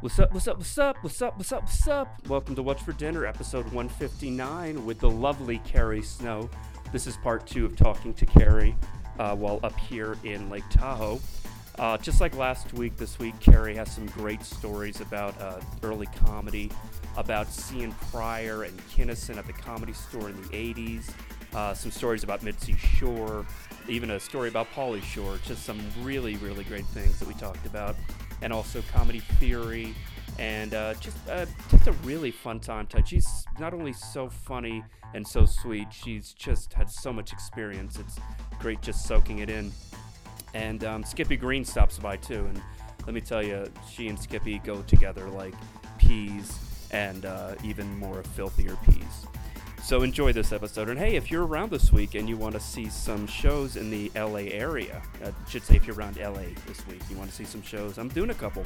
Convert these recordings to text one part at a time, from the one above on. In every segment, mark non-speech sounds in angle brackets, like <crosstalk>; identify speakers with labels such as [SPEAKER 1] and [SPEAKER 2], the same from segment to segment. [SPEAKER 1] What's up, what's up, what's up, what's up, what's up, what's up? Welcome to What's for Dinner, episode 159 with the lovely Carrie Snow. This is part two of talking to Carrie uh, while up here in Lake Tahoe. Uh, just like last week, this week, Carrie has some great stories about uh, early comedy, about seeing Pryor and Kinnison at the comedy store in the 80s, uh, some stories about Mitzi Shore, even a story about Polly Shore, just some really, really great things that we talked about, and also comedy theory, and uh, just uh, just a really fun time. Ted. She's not only so funny and so sweet, she's just had so much experience. It's great just soaking it in. And um, Skippy Green stops by too, and let me tell you, she and Skippy go together like peas and uh, even more filthier peas. So enjoy this episode. And hey, if you're around this week and you want to see some shows in the LA area, I should say if you're around LA this week, you want to see some shows, I'm doing a couple.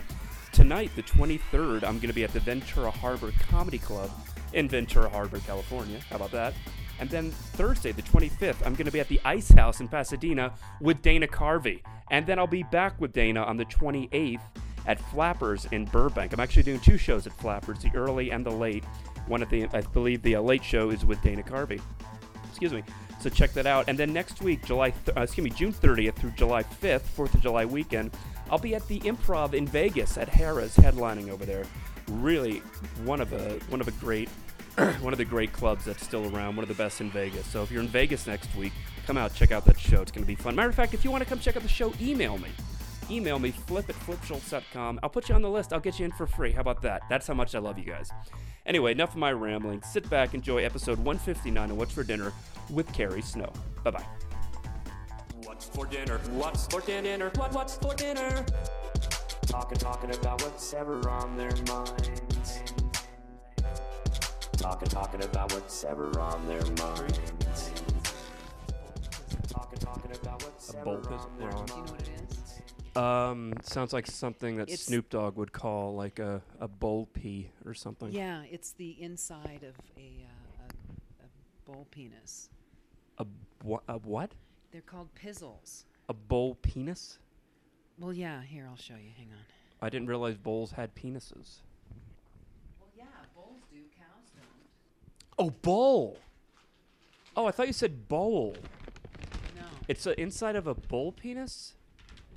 [SPEAKER 1] Tonight, the 23rd, I'm going to be at the Ventura Harbor Comedy Club in Ventura Harbor, California. How about that? And then Thursday, the 25th, I'm going to be at the Ice House in Pasadena with Dana Carvey. And then I'll be back with Dana on the 28th at Flappers in Burbank. I'm actually doing two shows at Flappers, the early and the late. One at the, I believe, the uh, late show is with Dana Carvey. Excuse me. So check that out. And then next week, July, th- uh, excuse me, June 30th through July 5th, 4th of July weekend, I'll be at the Improv in Vegas at Harrah's, headlining over there. Really, one of a one of a great <clears throat> one of the great clubs that's still around, one of the best in Vegas. So if you're in Vegas next week, come out, check out that show. It's going to be fun. Matter of fact, if you want to come check out the show, email me. Email me, flip at flipschultz.com. I'll put you on the list. I'll get you in for free. How about that? That's how much I love you guys. Anyway, enough of my rambling. Sit back, enjoy episode 159 of What's for Dinner with Carrie Snow. Bye bye. What's for dinner? What's for dinner? What, what's for dinner?
[SPEAKER 2] Talking, talking about what's ever on their minds. Talking, talking about what's ever on their minds. Talking, talking about what's
[SPEAKER 1] A
[SPEAKER 2] ever
[SPEAKER 1] bolt is
[SPEAKER 2] on their
[SPEAKER 1] wrong.
[SPEAKER 2] minds.
[SPEAKER 1] Do you know
[SPEAKER 3] what it is?
[SPEAKER 1] Um, sounds like something that
[SPEAKER 3] It's-
[SPEAKER 1] Snoop Dogg would call like a, a bowl pea or something.
[SPEAKER 3] Yeah, it's the inside of a, uh, a, a bull penis.
[SPEAKER 1] A, wha- a what?
[SPEAKER 3] They're called pizzles.
[SPEAKER 1] A bowl penis?
[SPEAKER 3] Well, yeah, here, I'll show you. Hang on.
[SPEAKER 1] I didn't realize bowls had penises.
[SPEAKER 3] Well, yeah, bulls do, cows don't.
[SPEAKER 1] Oh, bowl. Oh, I thought you said bowl.
[SPEAKER 3] No.
[SPEAKER 1] It's uh, inside of a bowl penis?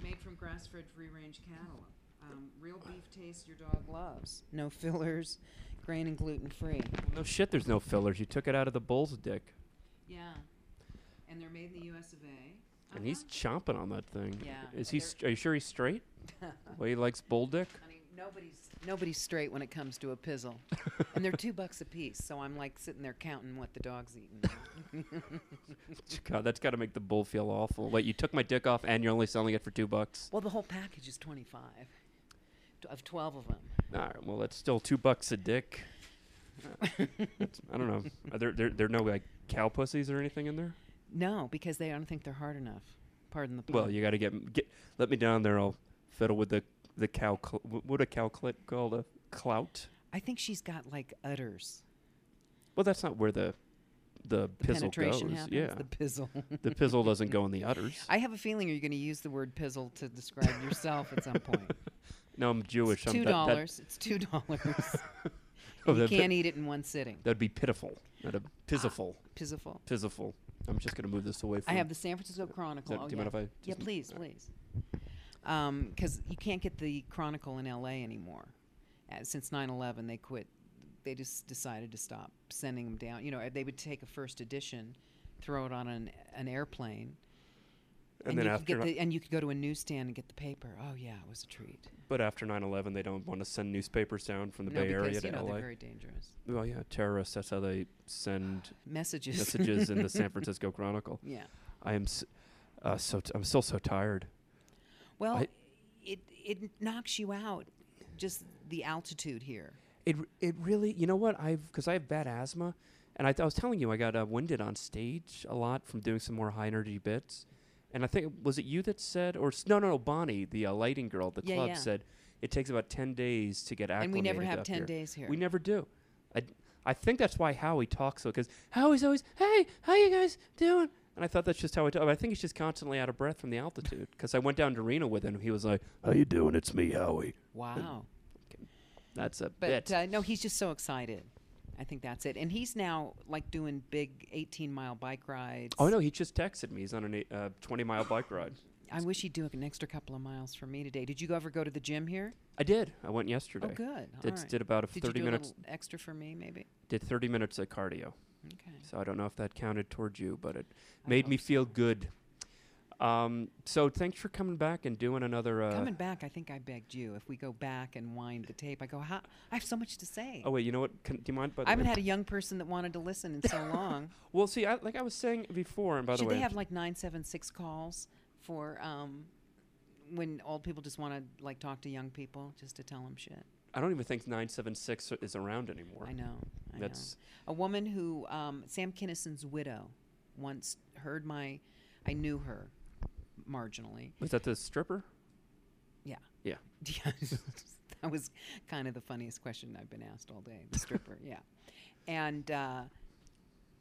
[SPEAKER 3] Made from grass fed free range cattle. Um, real beef taste your dog loves. No fillers, grain and gluten free.
[SPEAKER 1] No shit, there's no fillers. You took it out of the bull's dick.
[SPEAKER 3] Yeah. And they're made in the US of A. Uh-huh.
[SPEAKER 1] And he's chomping on that thing.
[SPEAKER 3] Yeah,
[SPEAKER 1] Is he?
[SPEAKER 3] they're-
[SPEAKER 1] St- are you sure he's straight?
[SPEAKER 3] <laughs>
[SPEAKER 1] well, he likes bull dick. <laughs>
[SPEAKER 3] I mean, nobody's nobody's straight when it comes to a pizzle, and they're two bucks a piece. So I'm like sitting there counting what the dog's eating.
[SPEAKER 1] God, that's got to make the bull feel awful. Wait, you took my dick off, and you're only selling it for two bucks.
[SPEAKER 3] well, the whole package is twenty five, of twelve of them.
[SPEAKER 1] All right. Well, that's still two bucks a dick. That's- I don't know. Are there, there, there are no like cow pussies or anything in there?
[SPEAKER 3] <laughs> No, because they don't think they're hard enough. Pardon the pun.
[SPEAKER 1] Well, you got to get, get let me down there. I'll fiddle with the the cow. Cl- wh- what a cow clit called a clout.
[SPEAKER 3] I think she's got like udders.
[SPEAKER 1] Well, that's not where the the,
[SPEAKER 3] The
[SPEAKER 1] pizzle
[SPEAKER 3] penetration
[SPEAKER 1] goes.
[SPEAKER 3] happens.
[SPEAKER 1] Yeah,
[SPEAKER 3] The pizzle.
[SPEAKER 1] the, pizzle doesn't go in the udders.
[SPEAKER 3] <laughs> I have a feeling you're going to use the word pizzle to describe yourself at some
[SPEAKER 1] <laughs>
[SPEAKER 3] point.
[SPEAKER 1] no, I'm Jewish. I'm
[SPEAKER 3] Two
[SPEAKER 1] that- that-
[SPEAKER 3] dollars. It's two dollars.
[SPEAKER 1] oh,
[SPEAKER 3] you
[SPEAKER 1] that'd be-
[SPEAKER 3] can't e-, Ah. eat it in one sitting.
[SPEAKER 1] That'd be pitiful. Not a pizziful.
[SPEAKER 3] Pizzleful.
[SPEAKER 1] Pizziful. I'm just gonna move this away from.
[SPEAKER 3] I have the San Francisco Chronicle.
[SPEAKER 1] that-
[SPEAKER 3] oh,
[SPEAKER 1] do you
[SPEAKER 3] yeah.
[SPEAKER 1] mind if I
[SPEAKER 3] yeah,
[SPEAKER 1] just- uh,
[SPEAKER 3] please,
[SPEAKER 1] all
[SPEAKER 3] please. Because you can't get the Chronicle in L.A. anymore. Uh, since 9/11, they quit. They just decided to stop sending them down. You know, they would take a first edition, throw it on an an airplane,
[SPEAKER 1] And then
[SPEAKER 3] you could get
[SPEAKER 1] after-
[SPEAKER 3] the, and you could go to a newsstand and get the paper. Oh yeah, it was a treat.
[SPEAKER 1] But after 9/11, they don't want to send newspapers down from the
[SPEAKER 3] no,
[SPEAKER 1] Bay
[SPEAKER 3] because
[SPEAKER 1] Area to
[SPEAKER 3] you know
[SPEAKER 1] LA.
[SPEAKER 3] they're very dangerous
[SPEAKER 1] well, yeah, terrorists. That's how they <sighs> send <laughs>
[SPEAKER 3] messages.
[SPEAKER 1] messages in the
[SPEAKER 3] <laughs>
[SPEAKER 1] San Francisco Chronicle.
[SPEAKER 3] yeah.
[SPEAKER 1] I am s- uh, so t- I'm still so tired.
[SPEAKER 3] Well,
[SPEAKER 1] I-
[SPEAKER 3] it it knocks you out. Just the altitude here.
[SPEAKER 1] It r- it really, you know what? I've because I have bad asthma, and I, th- I was telling you I got uh, winded on stage a lot from doing some more high energy bits, and I think was it you that said or s- no no no Bonnie the uh, lighting girl at the
[SPEAKER 3] Yeah,
[SPEAKER 1] club
[SPEAKER 3] yeah.
[SPEAKER 1] said it takes about ten days to get acclimated.
[SPEAKER 3] And we never have
[SPEAKER 1] up
[SPEAKER 3] 10
[SPEAKER 1] here.
[SPEAKER 3] days here.
[SPEAKER 1] We never do. I d- I think that's why Howie talks so because Howie's always hey how you guys doing. And I thought that's just how I talk. But I think he's just constantly out of breath from the altitude. Because I went down to Reno with him. He was like, "How you doing? It's me, Howie."
[SPEAKER 3] Wow.
[SPEAKER 1] That's a
[SPEAKER 3] But
[SPEAKER 1] bit.
[SPEAKER 3] uh, no, he's just so excited. I think that's it. And he's now like doing big 18 mile bike rides.
[SPEAKER 1] oh no, he just texted me. He's on an eight- uh, 20 mile bike ride.
[SPEAKER 3] I wish he'd do an extra couple of miles for me today. Did you ever go to the gym here?
[SPEAKER 1] I did. I went yesterday.
[SPEAKER 3] Oh, good. All
[SPEAKER 1] Did,
[SPEAKER 3] right.
[SPEAKER 1] did about a
[SPEAKER 3] Did
[SPEAKER 1] 30
[SPEAKER 3] you do
[SPEAKER 1] minutes.
[SPEAKER 3] a little extra for me, maybe?
[SPEAKER 1] Did 30 minutes of cardio.
[SPEAKER 3] Okay.
[SPEAKER 1] So I don't know if that counted towards you, but it
[SPEAKER 3] I
[SPEAKER 1] made me
[SPEAKER 3] hope so.
[SPEAKER 1] feel good. Um, so thanks for coming back and doing another. Uh,
[SPEAKER 3] Coming back, I think I begged you. If we go back and wind the tape, I go, "Ha- I have so much to say.
[SPEAKER 1] Oh wait, you know what? Can, do you mind? By the
[SPEAKER 3] I haven't
[SPEAKER 1] way?
[SPEAKER 3] had a young person that wanted to
[SPEAKER 1] <laughs>
[SPEAKER 3] listen in so long.
[SPEAKER 1] well, see, I, like I was saying before, and by
[SPEAKER 3] Should
[SPEAKER 1] the way,
[SPEAKER 3] they have like 976 calls for um, when old people just want to like talk to young people just to tell them shit?
[SPEAKER 1] I don't even think 976 i- is around anymore.
[SPEAKER 3] I know. I
[SPEAKER 1] That's-
[SPEAKER 3] know. A woman who, um, Sam Kinnison's widow, once heard my, I knew her marginally. <laughs>
[SPEAKER 1] Was that the stripper?
[SPEAKER 3] Yeah.
[SPEAKER 1] Yeah.
[SPEAKER 3] Yeah, that was kind of the funniest question I've been asked all day. The
[SPEAKER 1] <laughs>
[SPEAKER 3] stripper, yeah. And uh,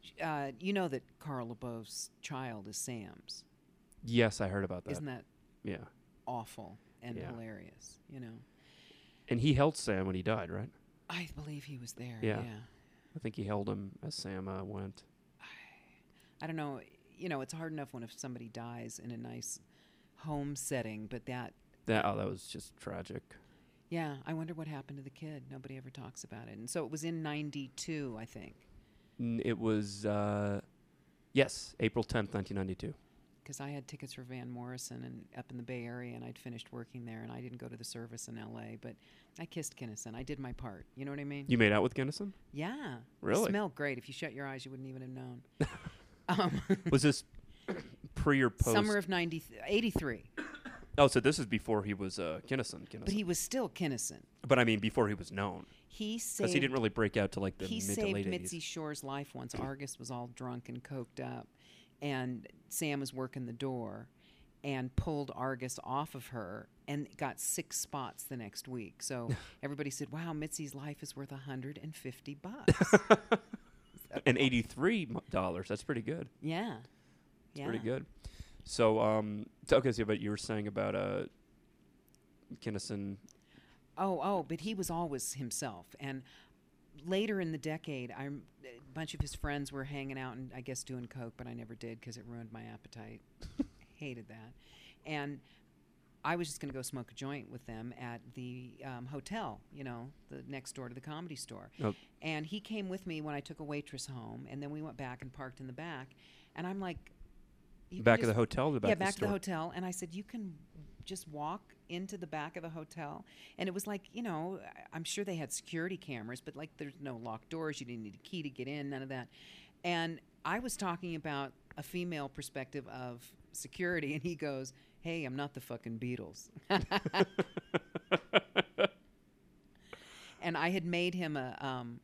[SPEAKER 3] sh- uh, you know that Carl LeBeouf's child is Sam's.
[SPEAKER 1] Yes, I heard about that.
[SPEAKER 3] Isn't that
[SPEAKER 1] yeah.
[SPEAKER 3] awful and
[SPEAKER 1] Yeah.
[SPEAKER 3] hilarious? You know,
[SPEAKER 1] And he held Sam when he died, right?
[SPEAKER 3] I believe he was there.
[SPEAKER 1] Yeah.
[SPEAKER 3] Yeah.
[SPEAKER 1] I think he held him as Sam uh, went.
[SPEAKER 3] I don't know. You know, it's hard enough when if somebody dies in a nice home setting, but that.
[SPEAKER 1] That oh, that was just tragic.
[SPEAKER 3] Yeah, I wonder what happened to the kid. Nobody ever talks about it. And so it was in 92, I think,
[SPEAKER 1] N- It was uh, yes, April 10th, 1992.
[SPEAKER 3] because I had tickets for Van Morrison and up in the Bay Area, and I'd finished working there, and I didn't go to the service in L.A. But I kissed Kinnison. I did my part. You know what I mean?
[SPEAKER 1] You made out with
[SPEAKER 3] <laughs>
[SPEAKER 1] Kinnison?
[SPEAKER 3] yeah.
[SPEAKER 1] Really?
[SPEAKER 3] Smell great. If you shut your eyes, you wouldn't even
[SPEAKER 1] <laughs>
[SPEAKER 3] have known. um,
[SPEAKER 1] Was this pre or post?
[SPEAKER 3] Summer of 90, 83.
[SPEAKER 1] oh, so this is before he was uh, Kinnison. Kinnison.
[SPEAKER 3] But he was still Kinnison.
[SPEAKER 1] But I mean, before he was known,
[SPEAKER 3] He
[SPEAKER 1] because
[SPEAKER 3] saved,
[SPEAKER 1] he didn't really break out to like the
[SPEAKER 3] he
[SPEAKER 1] mid to
[SPEAKER 3] saved
[SPEAKER 1] late
[SPEAKER 3] Mitzi
[SPEAKER 1] 80s.
[SPEAKER 3] Shore's life once. Argus was all drunk and coked up, and Sam was working the door and pulled Argus off of her and got six spots the next week.
[SPEAKER 1] <laughs>
[SPEAKER 3] So everybody said, wow, Mitzi's life is worth
[SPEAKER 1] <laughs>
[SPEAKER 3] 150 bucks.
[SPEAKER 1] And eighty-three mo- dollars. That's pretty good.
[SPEAKER 3] yeah.
[SPEAKER 1] It's
[SPEAKER 3] yeah.
[SPEAKER 1] pretty good. So, um, so okay, so but you were saying about uh, Kinnison.
[SPEAKER 3] Oh, oh, but he was always himself. And later in the decade, I rem- a bunch of his friends were hanging out and I guess doing coke, but I never did because it ruined my
[SPEAKER 1] <laughs>
[SPEAKER 3] appetite. Hated that. And I was just going to go smoke a joint with them at the um, hotel, you know, the next door to the comedy store.
[SPEAKER 1] Oh.
[SPEAKER 3] And he came with me when I took a waitress home, and then we went back and parked in the back. And I'm like, you can
[SPEAKER 1] Back of
[SPEAKER 3] just-
[SPEAKER 1] the hotel or the back
[SPEAKER 3] yeah,
[SPEAKER 1] of the
[SPEAKER 3] back to
[SPEAKER 1] store?
[SPEAKER 3] the hotel. And I said, you can just walk into the back of the hotel. And it was like, you know, I- I'm sure they had security cameras, but like there's no locked doors. You didn't need a key to get in, none of that. And I was talking about a female perspective of security. And he goes, hey, I'm not the fucking Beatles. <laughs> and I had made him a um,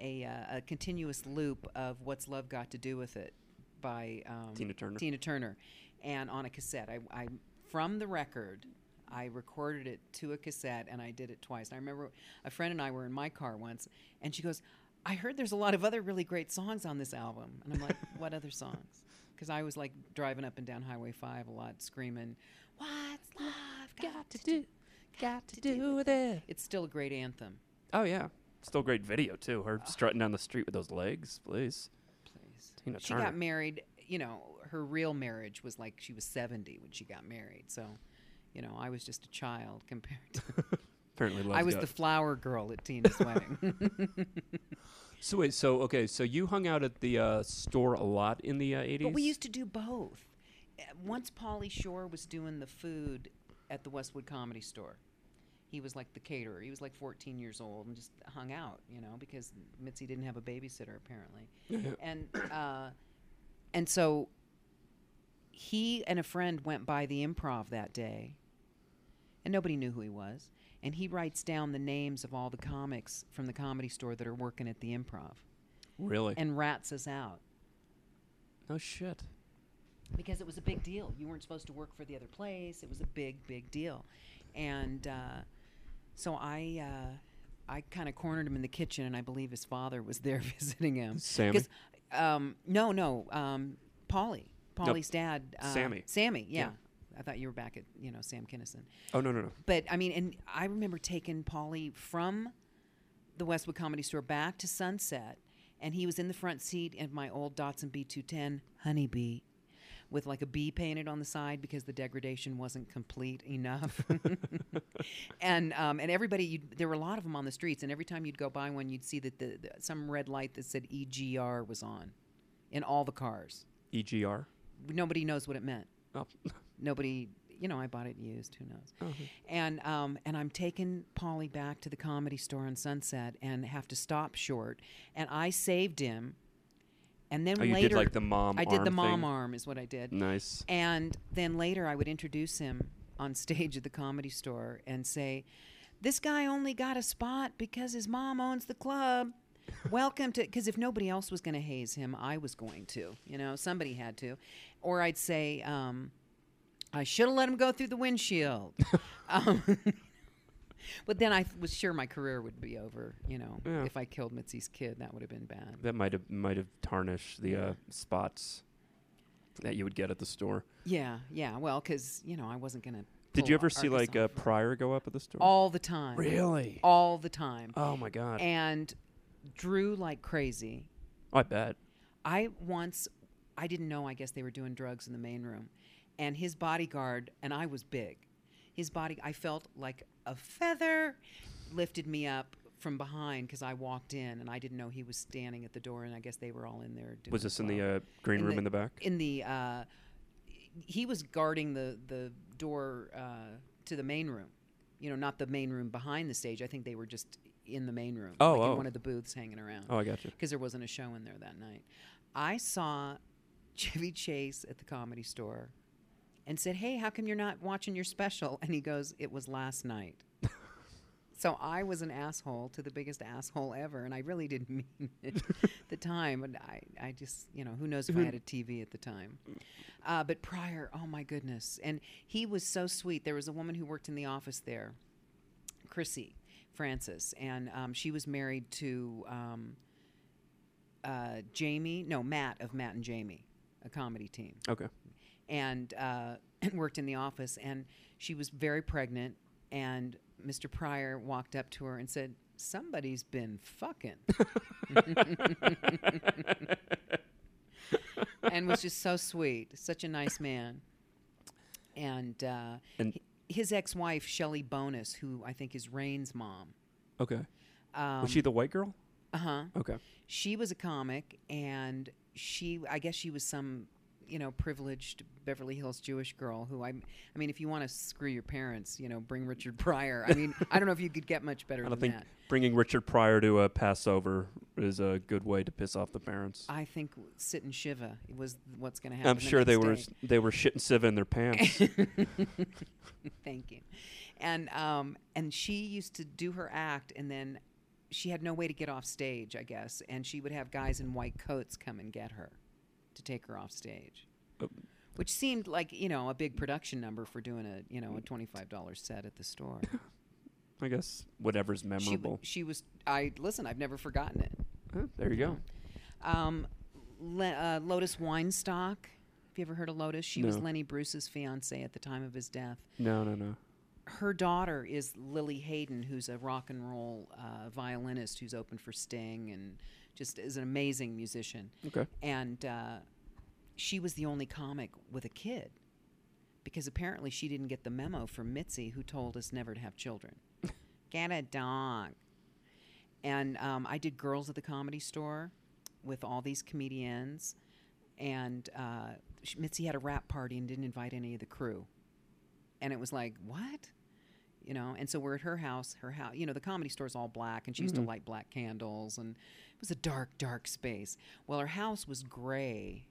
[SPEAKER 3] a, uh, a continuous loop of "What's Love Got to Do with It" by um,
[SPEAKER 1] Tina Turner.
[SPEAKER 3] Tina Turner, and on a cassette. I, I from the record, I recorded it to a cassette, and I did it twice. And I remember a friend and I were in my car once, and she goes, "I heard there's a lot of other really great songs on this album," and I'm like, "What other <laughs> songs?" Because I was like driving up and down Highway Five a lot, screaming, "What's love got to do?" Got to <laughs> do with it. It's still a great anthem.
[SPEAKER 1] Oh yeah, still great video too. Her
[SPEAKER 3] Ah.
[SPEAKER 1] strutting down the street with those legs, please.
[SPEAKER 3] Please.
[SPEAKER 1] Tina
[SPEAKER 3] she
[SPEAKER 1] Turner.
[SPEAKER 3] got married, you know, her real marriage was like she was 70 when she got married. So, you know, I was just a child compared to.
[SPEAKER 1] Apparently,
[SPEAKER 3] I
[SPEAKER 1] loves
[SPEAKER 3] was
[SPEAKER 1] God.
[SPEAKER 3] the flower girl at Tina's wedding. <laughs>
[SPEAKER 1] so wait, so okay, so you hung out at the uh, store a lot in the uh, eighties.
[SPEAKER 3] but we used to do both. Uh, Once Pauly Shore was doing the food at the Westwood Comedy Store. He was like the caterer. He was like 14 years old and just hung out, you know, because Mitzi didn't have a babysitter apparently. and uh, and so he and a friend went by the improv that day, and nobody knew who he was. And he writes down the names of all the comics from the comedy store that are working at the improv
[SPEAKER 1] really.
[SPEAKER 3] and rats us out
[SPEAKER 1] no shit.
[SPEAKER 3] because it was a big deal. You weren't supposed to work for the other place. It was a big, big deal, and uh, so I, uh, I kind of cornered him in the kitchen, and I believe his father was there <laughs> visiting him.
[SPEAKER 1] Sammy?
[SPEAKER 3] 'Cause, Um, no, no, um, Polly, Polly's dad. Uh,
[SPEAKER 1] Sammy.
[SPEAKER 3] Sammy. Yeah.
[SPEAKER 1] Yeah.
[SPEAKER 3] I thought you were back at you know Sam Kinison.
[SPEAKER 1] Oh no no no.
[SPEAKER 3] But I mean, and I remember taking Polly from the Westwood Comedy Store back to Sunset, and he was in the front seat in my old Datsun B210 Honeybee with like a bee painted on the side because the degradation wasn't complete enough. <laughs>
[SPEAKER 1] <laughs>
[SPEAKER 3] and um, and everybody, you'd, there were a lot of them on the streets, and every time you'd go by one, you'd see that the, the some red light that said EGR was on in all the cars.
[SPEAKER 1] EGR.
[SPEAKER 3] Nobody knows what it meant.
[SPEAKER 1] E Oh.
[SPEAKER 3] Nobody, you know, I bought it used. Who knows?
[SPEAKER 1] Mhm.
[SPEAKER 3] And um, and I'm taking Polly back to the comedy store on Sunset and have to stop short. And I saved him. And then
[SPEAKER 1] Oh, you
[SPEAKER 3] later,
[SPEAKER 1] did like the mom.
[SPEAKER 3] I did the
[SPEAKER 1] arm
[SPEAKER 3] mom
[SPEAKER 1] thing.
[SPEAKER 3] arm is what I did.
[SPEAKER 1] Nice.
[SPEAKER 3] And then later, I would introduce him on stage at the comedy store and say, This guy only got a spot because his mom owns the club. Welcome to, because if nobody else was going to haze him, I was going to. You know, somebody had to. Or I'd say, um, I should have let him go through
[SPEAKER 1] <laughs>
[SPEAKER 3] the windshield. um, but then I th- was sure my career would be over. You know,
[SPEAKER 1] Yeah.
[SPEAKER 3] if I killed Mitzi's kid, that would have been bad.
[SPEAKER 1] That might have might have tarnished the uh, spots that you would get at the store.
[SPEAKER 3] Yeah, yeah. Well, because, you know, I wasn't going to.
[SPEAKER 1] Did you ever see like a prior go up at the store?
[SPEAKER 3] all the time.
[SPEAKER 1] really?
[SPEAKER 3] All the time.
[SPEAKER 1] Oh my god!
[SPEAKER 3] And drew like crazy.
[SPEAKER 1] I bet.
[SPEAKER 3] I once, I didn't know, I guess they were doing drugs in the main room. And his bodyguard, and I was big, his body, I felt like a feather, lifted me up from behind because I walked in and I didn't know he was standing at the door. And I guess they were all in there. Doing
[SPEAKER 1] Was this in
[SPEAKER 3] blow
[SPEAKER 1] the uh, green
[SPEAKER 3] in
[SPEAKER 1] room
[SPEAKER 3] the-
[SPEAKER 1] in the back?
[SPEAKER 3] in the uh, he was guarding the the door uh, to the main room you know not the main room behind the stage i think they were just in the main room
[SPEAKER 1] Oh,
[SPEAKER 3] like
[SPEAKER 1] oh.
[SPEAKER 3] in one of the booths hanging around
[SPEAKER 1] Oh, I got you.
[SPEAKER 3] because there wasn't a show in there that night i saw <laughs> chevy chase at the comedy store and said hey how come you're not watching your special and he goes it was last night so i was an asshole to the biggest asshole ever and i really didn't <laughs> mean it at the time and I, I just you know who knows if i had a tv at the time uh, but prior oh my goodness and he was so sweet there was a woman who worked in the office there chrissy francis and um, she was married to um, uh, jamie no matt of matt and jamie a comedy team
[SPEAKER 1] Okay.
[SPEAKER 3] and uh, <clears throat> worked in the office. And she was very pregnant. And Mr. Pryor walked up to her and said, "Somebody's been fucking," <laughs> and was just so sweet. Such a nice man. And, uh,
[SPEAKER 1] And-
[SPEAKER 3] h- his ex-wife Shelley Bonus, who I think is Rain's mom.
[SPEAKER 1] Okay.
[SPEAKER 3] Um,
[SPEAKER 1] was she the white girl?
[SPEAKER 3] uh huh.
[SPEAKER 1] Okay.
[SPEAKER 3] she was a comic and she i guess she was some you know privileged beverly hills jewish girl who i i mean if you want to screw your parents you know bring richard pryor i mean i don't know if you could get much better
[SPEAKER 1] I
[SPEAKER 3] than
[SPEAKER 1] don't think
[SPEAKER 3] that
[SPEAKER 1] bringing Richard Pryor to a Passover is a good way to piss off the parents.
[SPEAKER 3] i think w- sit and shiva was what's going to happen
[SPEAKER 1] I'm
[SPEAKER 3] the
[SPEAKER 1] sure they
[SPEAKER 3] next
[SPEAKER 1] were
[SPEAKER 3] day.
[SPEAKER 1] s- they were shitting Siva
[SPEAKER 3] <laughs>
[SPEAKER 1] in their pants.
[SPEAKER 3] Thank you. And um, and she used to do her act, and then she had no way to get off stage, I guess. And she would have guys in white coats come and get her to take her off stage,
[SPEAKER 1] Oh.
[SPEAKER 3] which seemed like you know a big production number for doing a you know a twenty five dollar set at
[SPEAKER 1] <laughs>
[SPEAKER 3] the store.
[SPEAKER 1] I guess whatever's
[SPEAKER 3] she, w-
[SPEAKER 1] memorable.
[SPEAKER 3] she was. I listen. I've never forgotten it.
[SPEAKER 1] Huh, there you
[SPEAKER 3] <laughs>
[SPEAKER 1] go.
[SPEAKER 3] Um, Le- uh, Lotus Weinstock. Have you ever heard of Lotus? She was
[SPEAKER 1] No.
[SPEAKER 3] Lenny Bruce's fiance at the time of his death.
[SPEAKER 1] No, no, no.
[SPEAKER 3] her daughter is Lily Hayden, who's a rock and roll uh, violinist who's opened for Sting and just is an amazing musician.
[SPEAKER 1] Okay.
[SPEAKER 3] And uh, she was the only comic with a kid because apparently she didn't get the memo from Mitzi, who told us never to have children. get a dog. And um, I did Girls at the Comedy Store with all these comedians. And uh, sh- Mitzi had a rap party and didn't invite any of the crew. And it was like, what? You know, and so we're at her house. Her house, you know, the comedy store's all black, and she used to light black candles, and it was a dark, dark space. Well, her house was gray,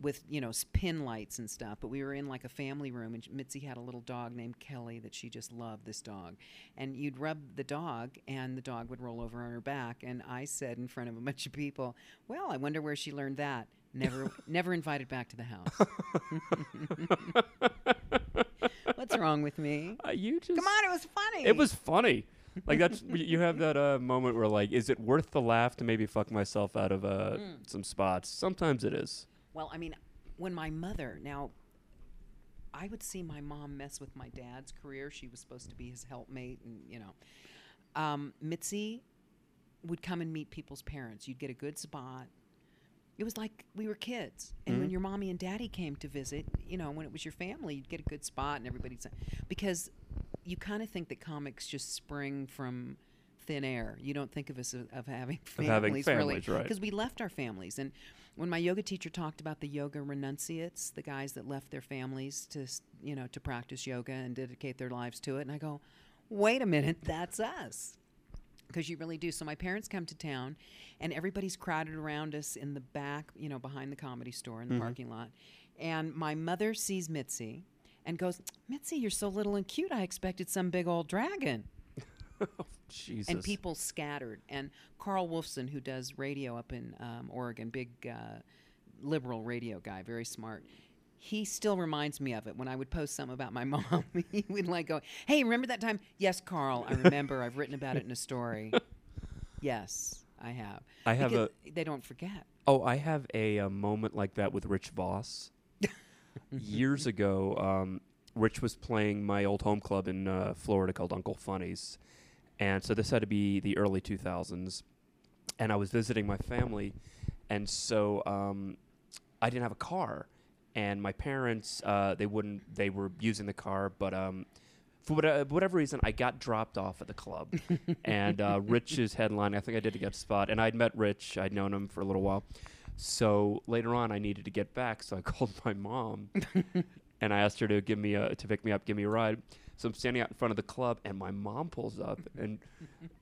[SPEAKER 3] with you know s- pin lights and stuff but we were in like a family room and mitzi had a little dog named kelly that she just loved this dog and you'd rub the dog and the dog would roll over on her back and i said in front of a bunch of people well i wonder where she learned that never never invited back to the house what's wrong with me
[SPEAKER 1] Uh, you just
[SPEAKER 3] come on it was funny
[SPEAKER 1] It was funny. Like that's y- you have that uh, moment where like, is it worth the laugh to maybe fuck myself out of uh, some spots? Sometimes it is. <laughs>
[SPEAKER 3] Well, I mean, when my mother now, I would see my mom mess with my dad's career. She was supposed to be his helpmate, and you know, um, Mitzi would come and meet people's parents. You'd get a good spot. It was like we were kids, and
[SPEAKER 1] Mm-hmm.
[SPEAKER 3] when your mommy and daddy came to visit, you know, when it was your family, you'd get a good spot, and everybody's because you kind of think that comics just spring from thin air. You don't think of us of, of having
[SPEAKER 1] Of
[SPEAKER 3] families,
[SPEAKER 1] having
[SPEAKER 3] really,
[SPEAKER 1] families, right.
[SPEAKER 3] Because we left our families, and when my yoga teacher talked about the yoga renunciates, the guys that left their families to s- you know to practice yoga and dedicate their lives to it, and I go, wait a minute, that's us because you really do. So my parents come to town, and everybody's crowded around us in the back, you know, behind the comedy store in the parking lot. And my mother sees Mitzi and goes, "Mitzi, you're so little and cute. I expected some big old dragon."
[SPEAKER 1] Oh, Jesus.
[SPEAKER 3] And people scattered. And Carl Wolfson, who does radio up in um, Oregon, big uh, liberal radio guy, very smart. He still reminds me of it when I would post something about my <laughs> mom. he would like go, "Hey, remember that time?" Yes, Carl, I remember. I've written about it in a
[SPEAKER 1] <laughs>
[SPEAKER 3] story. yes, I have.
[SPEAKER 1] I have
[SPEAKER 3] Because They don't forget.
[SPEAKER 1] Oh, I have a, uh moment like that with Rich Voss. Years ago, um, Rich was playing my old home club in uh, Florida called Uncle Funny's. And so this had to be the early 2000s. And I was visiting my family. And so um, I didn't have a car. And my parents, uh, they wouldn't, they were using the car, but um, for whatever, whatever reason, I got dropped off at the club. and uh, Rich's headline, I think I did a good spot. And I'd met Rich, I'd known him for a little while. So later on, I needed to get back, so I <laughs> called my mom and I asked her to give me a, to pick me up, give me a ride. So I'm standing out in front of the club, and my mom pulls up, and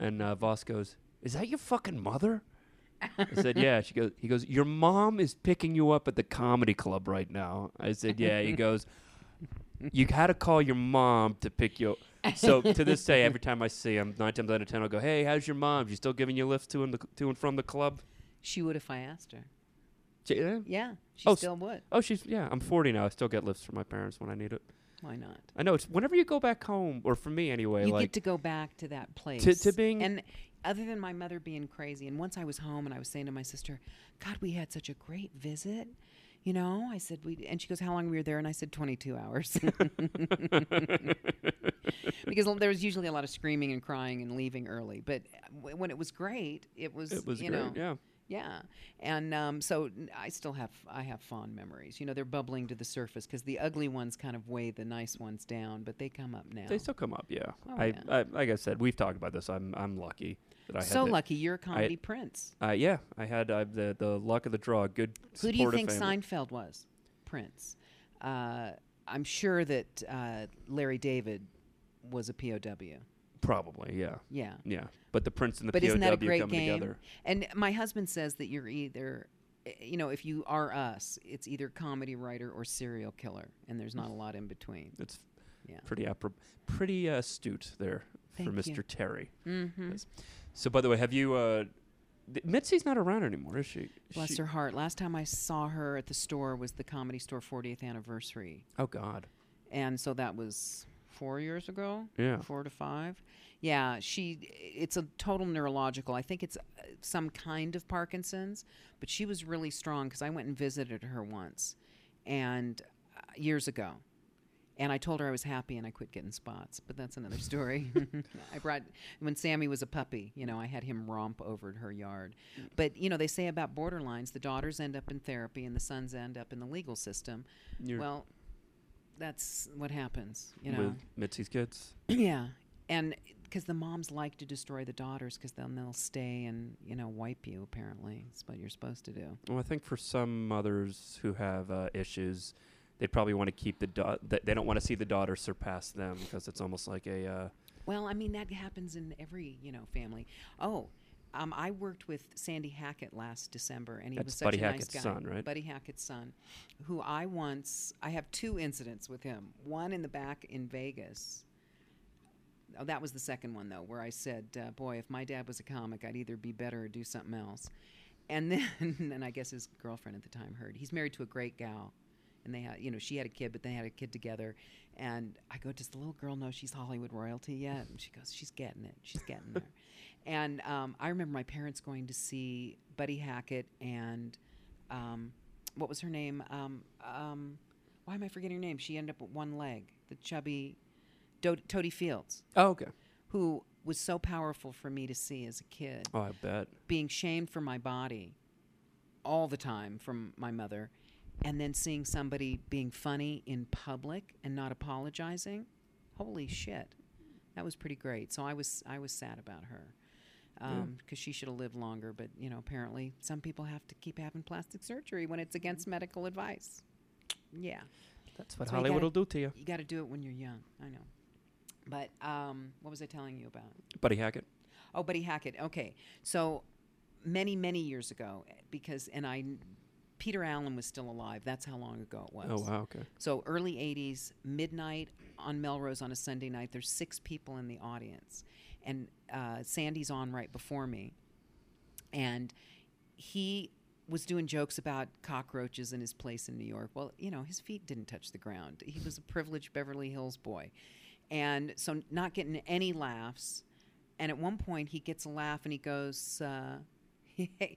[SPEAKER 1] and uh, Voss goes, "Is that your fucking mother?" I said, "Yeah." She goes, "He goes, your mom is picking you up at the comedy club right now." I said, "Yeah." He goes, "You had to call your mom to pick you." up." So to this day, every time I see him, nine times out of ten, I'll go, "Hey, how's your mom? You still giving you lifts to and the, to and from the club?"
[SPEAKER 3] She would if I asked her.
[SPEAKER 1] She- "Yeah."
[SPEAKER 3] Yeah, she
[SPEAKER 1] Oh, s-
[SPEAKER 3] still would.
[SPEAKER 1] Oh, she's yeah. I'm 40 now. I still get lifts from my parents when I need it.
[SPEAKER 3] Why not?
[SPEAKER 1] I know it's whenever you go back home, or for me anyway.
[SPEAKER 3] you
[SPEAKER 1] like
[SPEAKER 3] get to go back to that place
[SPEAKER 1] being-
[SPEAKER 3] and other than my mother being crazy and once i was home and i was saying to my sister god we had such a great visit you know i said we and she goes how long were you there and i said 22 hours <laughs> because there was usually a lot of screaming and crying and leaving early but w- when it was great it was
[SPEAKER 1] it was
[SPEAKER 3] you
[SPEAKER 1] great.
[SPEAKER 3] know
[SPEAKER 1] Yeah,
[SPEAKER 3] yeah, and um, so n- I still have I have fond memories. You know, they're bubbling to the surface because the ugly ones kind of weigh the nice ones down, but they come up now.
[SPEAKER 1] they still come up. Yeah,
[SPEAKER 3] Oh,
[SPEAKER 1] I,
[SPEAKER 3] yeah.
[SPEAKER 1] I like I said, we've talked about this. I'm I'm lucky that I
[SPEAKER 3] so
[SPEAKER 1] had
[SPEAKER 3] lucky you're a comedy prince.
[SPEAKER 1] That. Uh, yeah, I had uh, the the luck of the draw. Good.
[SPEAKER 3] Who do you
[SPEAKER 1] supportive
[SPEAKER 3] think
[SPEAKER 1] family.
[SPEAKER 3] Seinfeld was? Prince. Uh, I'm sure that uh, Larry David was a POW.
[SPEAKER 1] Probably. Yeah.
[SPEAKER 3] Yeah.
[SPEAKER 1] Yeah. But the prince and the
[SPEAKER 3] But
[SPEAKER 1] POW
[SPEAKER 3] isn't that a great
[SPEAKER 1] coming
[SPEAKER 3] game?
[SPEAKER 1] together.
[SPEAKER 3] And my husband says that you're either, eh, you know, if you are us, it's either comedy writer or serial killer, and there's not a lot in between.
[SPEAKER 1] It's
[SPEAKER 3] Yeah.
[SPEAKER 1] pretty appro- pretty uh, astute there for
[SPEAKER 3] Thank
[SPEAKER 1] Mr.
[SPEAKER 3] you.
[SPEAKER 1] Terry.
[SPEAKER 3] Mm-hmm.
[SPEAKER 1] Yes. So by the way, have you? Uh, th- Mitzi's not around anymore, is she?
[SPEAKER 3] Bless
[SPEAKER 1] She-
[SPEAKER 3] her heart. Last time I saw her at the store was the Comedy Store 40th anniversary.
[SPEAKER 1] Oh God.
[SPEAKER 3] and so that was four years ago
[SPEAKER 1] Yeah.
[SPEAKER 3] four to five yeah she it's a total neurological i think it's uh, some kind of parkinson's but she was really strong because i went and visited her once and uh, years ago and I told her I was happy and I quit getting spots, but that's another story. <laughs> I brought when Sammy was a puppy, you know, I had him romp over to her yard. But you know, they say about borderlines, the daughters end up in therapy and the sons end up in the legal system.
[SPEAKER 1] You're-
[SPEAKER 3] well, that's what happens, you know.
[SPEAKER 1] With Mitzi's kids.
[SPEAKER 3] Yeah, and because the moms like to destroy the daughters, because then they'll stay and you know wipe you. Apparently, it's what you're supposed to do.
[SPEAKER 1] Well, I think for some mothers who have uh, issues, they probably want to keep the da- th- they don't want to see the daughter surpass them because it's almost like a uh,
[SPEAKER 3] Well, I mean that happens in every you know family. Oh. Um, I worked with Sandy Hackett last December, and he
[SPEAKER 1] That's
[SPEAKER 3] was such
[SPEAKER 1] Buddy
[SPEAKER 3] a
[SPEAKER 1] Hackett's
[SPEAKER 3] nice guy.
[SPEAKER 1] son, right?
[SPEAKER 3] Buddy Hackett's son, who I once I have two incidents with him. One in the back in Vegas. Oh, that was the second one though, where I said, uh, "Boy, if my dad was a comic, I'd either be better or do something else." And <laughs> then, and I guess his girlfriend at the time heard he's married to a great gal, and they had, you know, she had a kid, but they had a kid together. And I go, "Does the little girl know she's Hollywood royalty yet?" And she goes, "She's getting it. She's getting there." and um, I remember my parents going to see Buddy Hackett and um, what was her name? Um, um, why am I forgetting her name? She ended up with one leg. The chubby Do- Toady Fields
[SPEAKER 1] oh okay
[SPEAKER 3] who was so powerful for me to see as a kid.
[SPEAKER 1] Oh, I bet.
[SPEAKER 3] Being shamed for my body all the time from my mother, and then seeing somebody being funny in public and not apologizing. Holy shit. That was pretty great. So I was I was sad about her because she should have lived longer. But you know, apparently some people have to keep having plastic surgery when it's against medical advice. Yeah,
[SPEAKER 1] That's what
[SPEAKER 3] So you
[SPEAKER 1] Hollywood
[SPEAKER 3] gotta-
[SPEAKER 1] will do to you.
[SPEAKER 3] you got to do it when you're young. I know. But um, what was I telling you about?
[SPEAKER 1] Buddy Hackett.
[SPEAKER 3] Oh, Buddy Hackett. Okay, so many many years ago, because and I, Peter Allen was still alive. That's how long ago it was.
[SPEAKER 1] Oh, wow. Okay.
[SPEAKER 3] So early 80s, midnight on Melrose on a Sunday night. There's six people in the audience. And uh, Sandy's on right before me. And he was doing jokes about cockroaches in his place in New York. Well, you know, his feet didn't touch the ground. He was a privileged Beverly Hills boy. And so, not getting any laughs. And at one point, he gets a laugh and he goes, uh,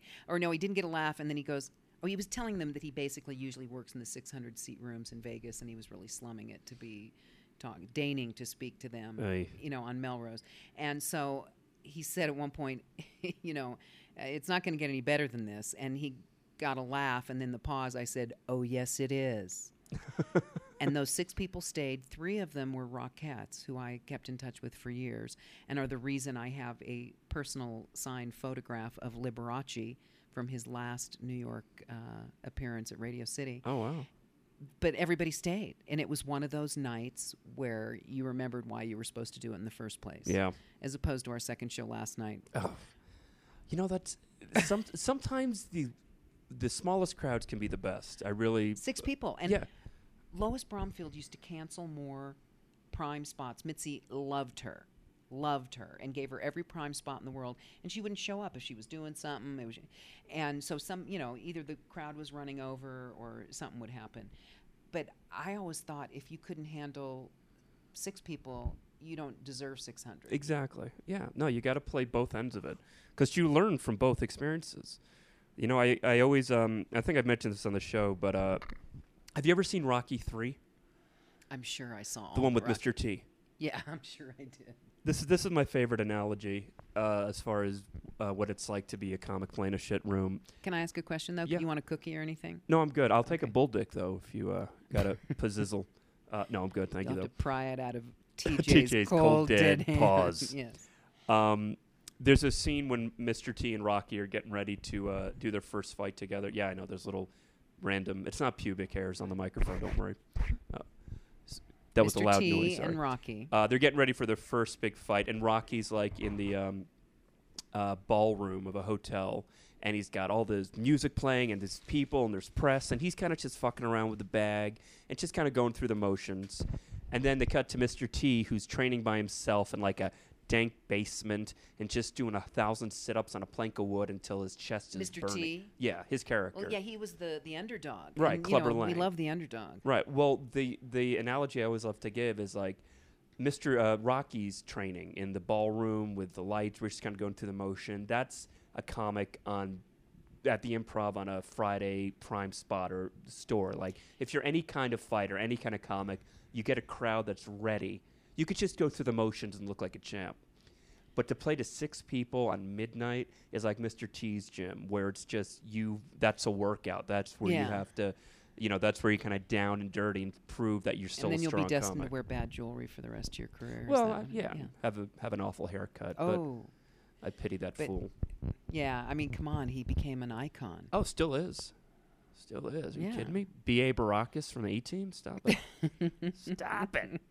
[SPEAKER 3] <laughs> or no, he didn't get a laugh. And then he goes, oh, he was telling them that he basically usually works in the 600 seat rooms in Vegas and he was really slumming it to be talking, deigning to speak to them,
[SPEAKER 1] Aye.
[SPEAKER 3] you know, on Melrose. And so he said at one point, <laughs> you know, "Uh, it's not going to get any better than this. And he got a laugh. And then the pause, I said, oh, yes, it is. and those six people stayed. Three of them were Rockettes, who I kept in touch with for years, and are the reason I have a personal signed photograph of Liberace from his last New York uh, appearance at Radio City
[SPEAKER 1] Oh, wow.
[SPEAKER 3] but everybody stayed and it was one of those nights where you remembered why you were supposed to do it in the first place
[SPEAKER 1] Yeah.
[SPEAKER 3] as opposed to our second show last night
[SPEAKER 1] You know, that's some, sometimes the the smallest crowds can be the best. I really.
[SPEAKER 3] six people and
[SPEAKER 1] yeah.
[SPEAKER 3] lois bromfield used to cancel more prime spots mitzi loved her loved her and gave her every prime spot in the world and she wouldn't show up if she was doing something it was, and so some you know either the crowd was running over or something would happen but i always thought if you couldn't handle six people you don't deserve 600
[SPEAKER 1] Exactly. Yeah. No, you got to play both ends of it because you learn from both experiences. You know, I, I always um I think I've mentioned this on the show, but uh, have you ever seen Rocky Three,
[SPEAKER 3] I'm sure I saw all
[SPEAKER 1] the one with
[SPEAKER 3] Rocky-
[SPEAKER 1] Mr. T?
[SPEAKER 3] <laughs> Yeah, I'm sure I did.
[SPEAKER 1] This is this is my favorite analogy uh, as far as uh, what it's like to be a comic plane of shit room.
[SPEAKER 3] Can I ask a question though?
[SPEAKER 1] Yeah.
[SPEAKER 3] You want a cookie or anything?
[SPEAKER 1] No, I'm good. I'll take a
[SPEAKER 3] Okay.
[SPEAKER 1] bull dick though if you uh, got
[SPEAKER 3] <laughs>
[SPEAKER 1] a pizzizzle. Uh, no, I'm good. Thank
[SPEAKER 3] You'll
[SPEAKER 1] you
[SPEAKER 3] have
[SPEAKER 1] though.
[SPEAKER 3] to pry
[SPEAKER 1] <laughs>
[SPEAKER 3] it out of TJ's,
[SPEAKER 1] TJ's
[SPEAKER 3] cold, dead, hand. <laughs>
[SPEAKER 1] paws.
[SPEAKER 3] yes.
[SPEAKER 1] Um, there's a scene when Mr. T and Rocky are getting ready to uh, do their first fight together. Yeah, I know. There's little random. It's not pubic hairs on the microphone. Don't worry. Uh, s- that was
[SPEAKER 3] Mr.
[SPEAKER 1] a loud
[SPEAKER 3] T
[SPEAKER 1] noise. sorry.
[SPEAKER 3] and Rocky.
[SPEAKER 1] Uh, they're getting ready for their first big fight, and Rocky's like in the um, uh, ballroom of a hotel, and he's got all this music playing, and there's people, and there's press, and he's kind of just fucking around with the bag and just kind of going through the motions. And then they cut to Mr. T, who's training by himself in like a dank basement and just doing a thousand sit ups on a plank of wood until his chest is
[SPEAKER 3] Mr.
[SPEAKER 1] burning.
[SPEAKER 3] T?
[SPEAKER 1] Yeah, his character.
[SPEAKER 3] Well, yeah, he was the the underdog.
[SPEAKER 1] Right,
[SPEAKER 3] and, you
[SPEAKER 1] Clubber
[SPEAKER 3] know, We
[SPEAKER 1] Lang.
[SPEAKER 3] love the underdog.
[SPEAKER 1] Right. Well, the the analogy I always love to give is like Mr. Uh, Rocky's training in the ballroom with the lights. We're just kind of going through the motion. That's a comic on at the improv on a Friday prime spot or store. Like if you're any kind of fighter, any kind of comic, you get a crowd that's ready. You could just go through the motions and look like a champ. But to play to six people on midnight is like Mr. T's gym, where it's just you. That's a workout. That's where you
[SPEAKER 3] Yeah.
[SPEAKER 1] have to, you know, that's where you kind of down and dirty and prove that you're still
[SPEAKER 3] and then
[SPEAKER 1] a
[SPEAKER 3] you'll
[SPEAKER 1] strong
[SPEAKER 3] be destined
[SPEAKER 1] comic.
[SPEAKER 3] to wear bad jewelry for the rest of your career. is
[SPEAKER 1] well,
[SPEAKER 3] that
[SPEAKER 1] uh,
[SPEAKER 3] what it-
[SPEAKER 1] yeah, have a have an awful haircut,
[SPEAKER 3] Oh,
[SPEAKER 1] but I pity that
[SPEAKER 3] but-
[SPEAKER 1] fool.
[SPEAKER 3] yeah. I mean, come on. He became an icon.
[SPEAKER 1] Oh, still is, still is. Are you
[SPEAKER 3] Yeah.
[SPEAKER 1] kidding me? B. A. Baracus from the E Team. Stop it.
[SPEAKER 3] <laughs>
[SPEAKER 1] Stop it.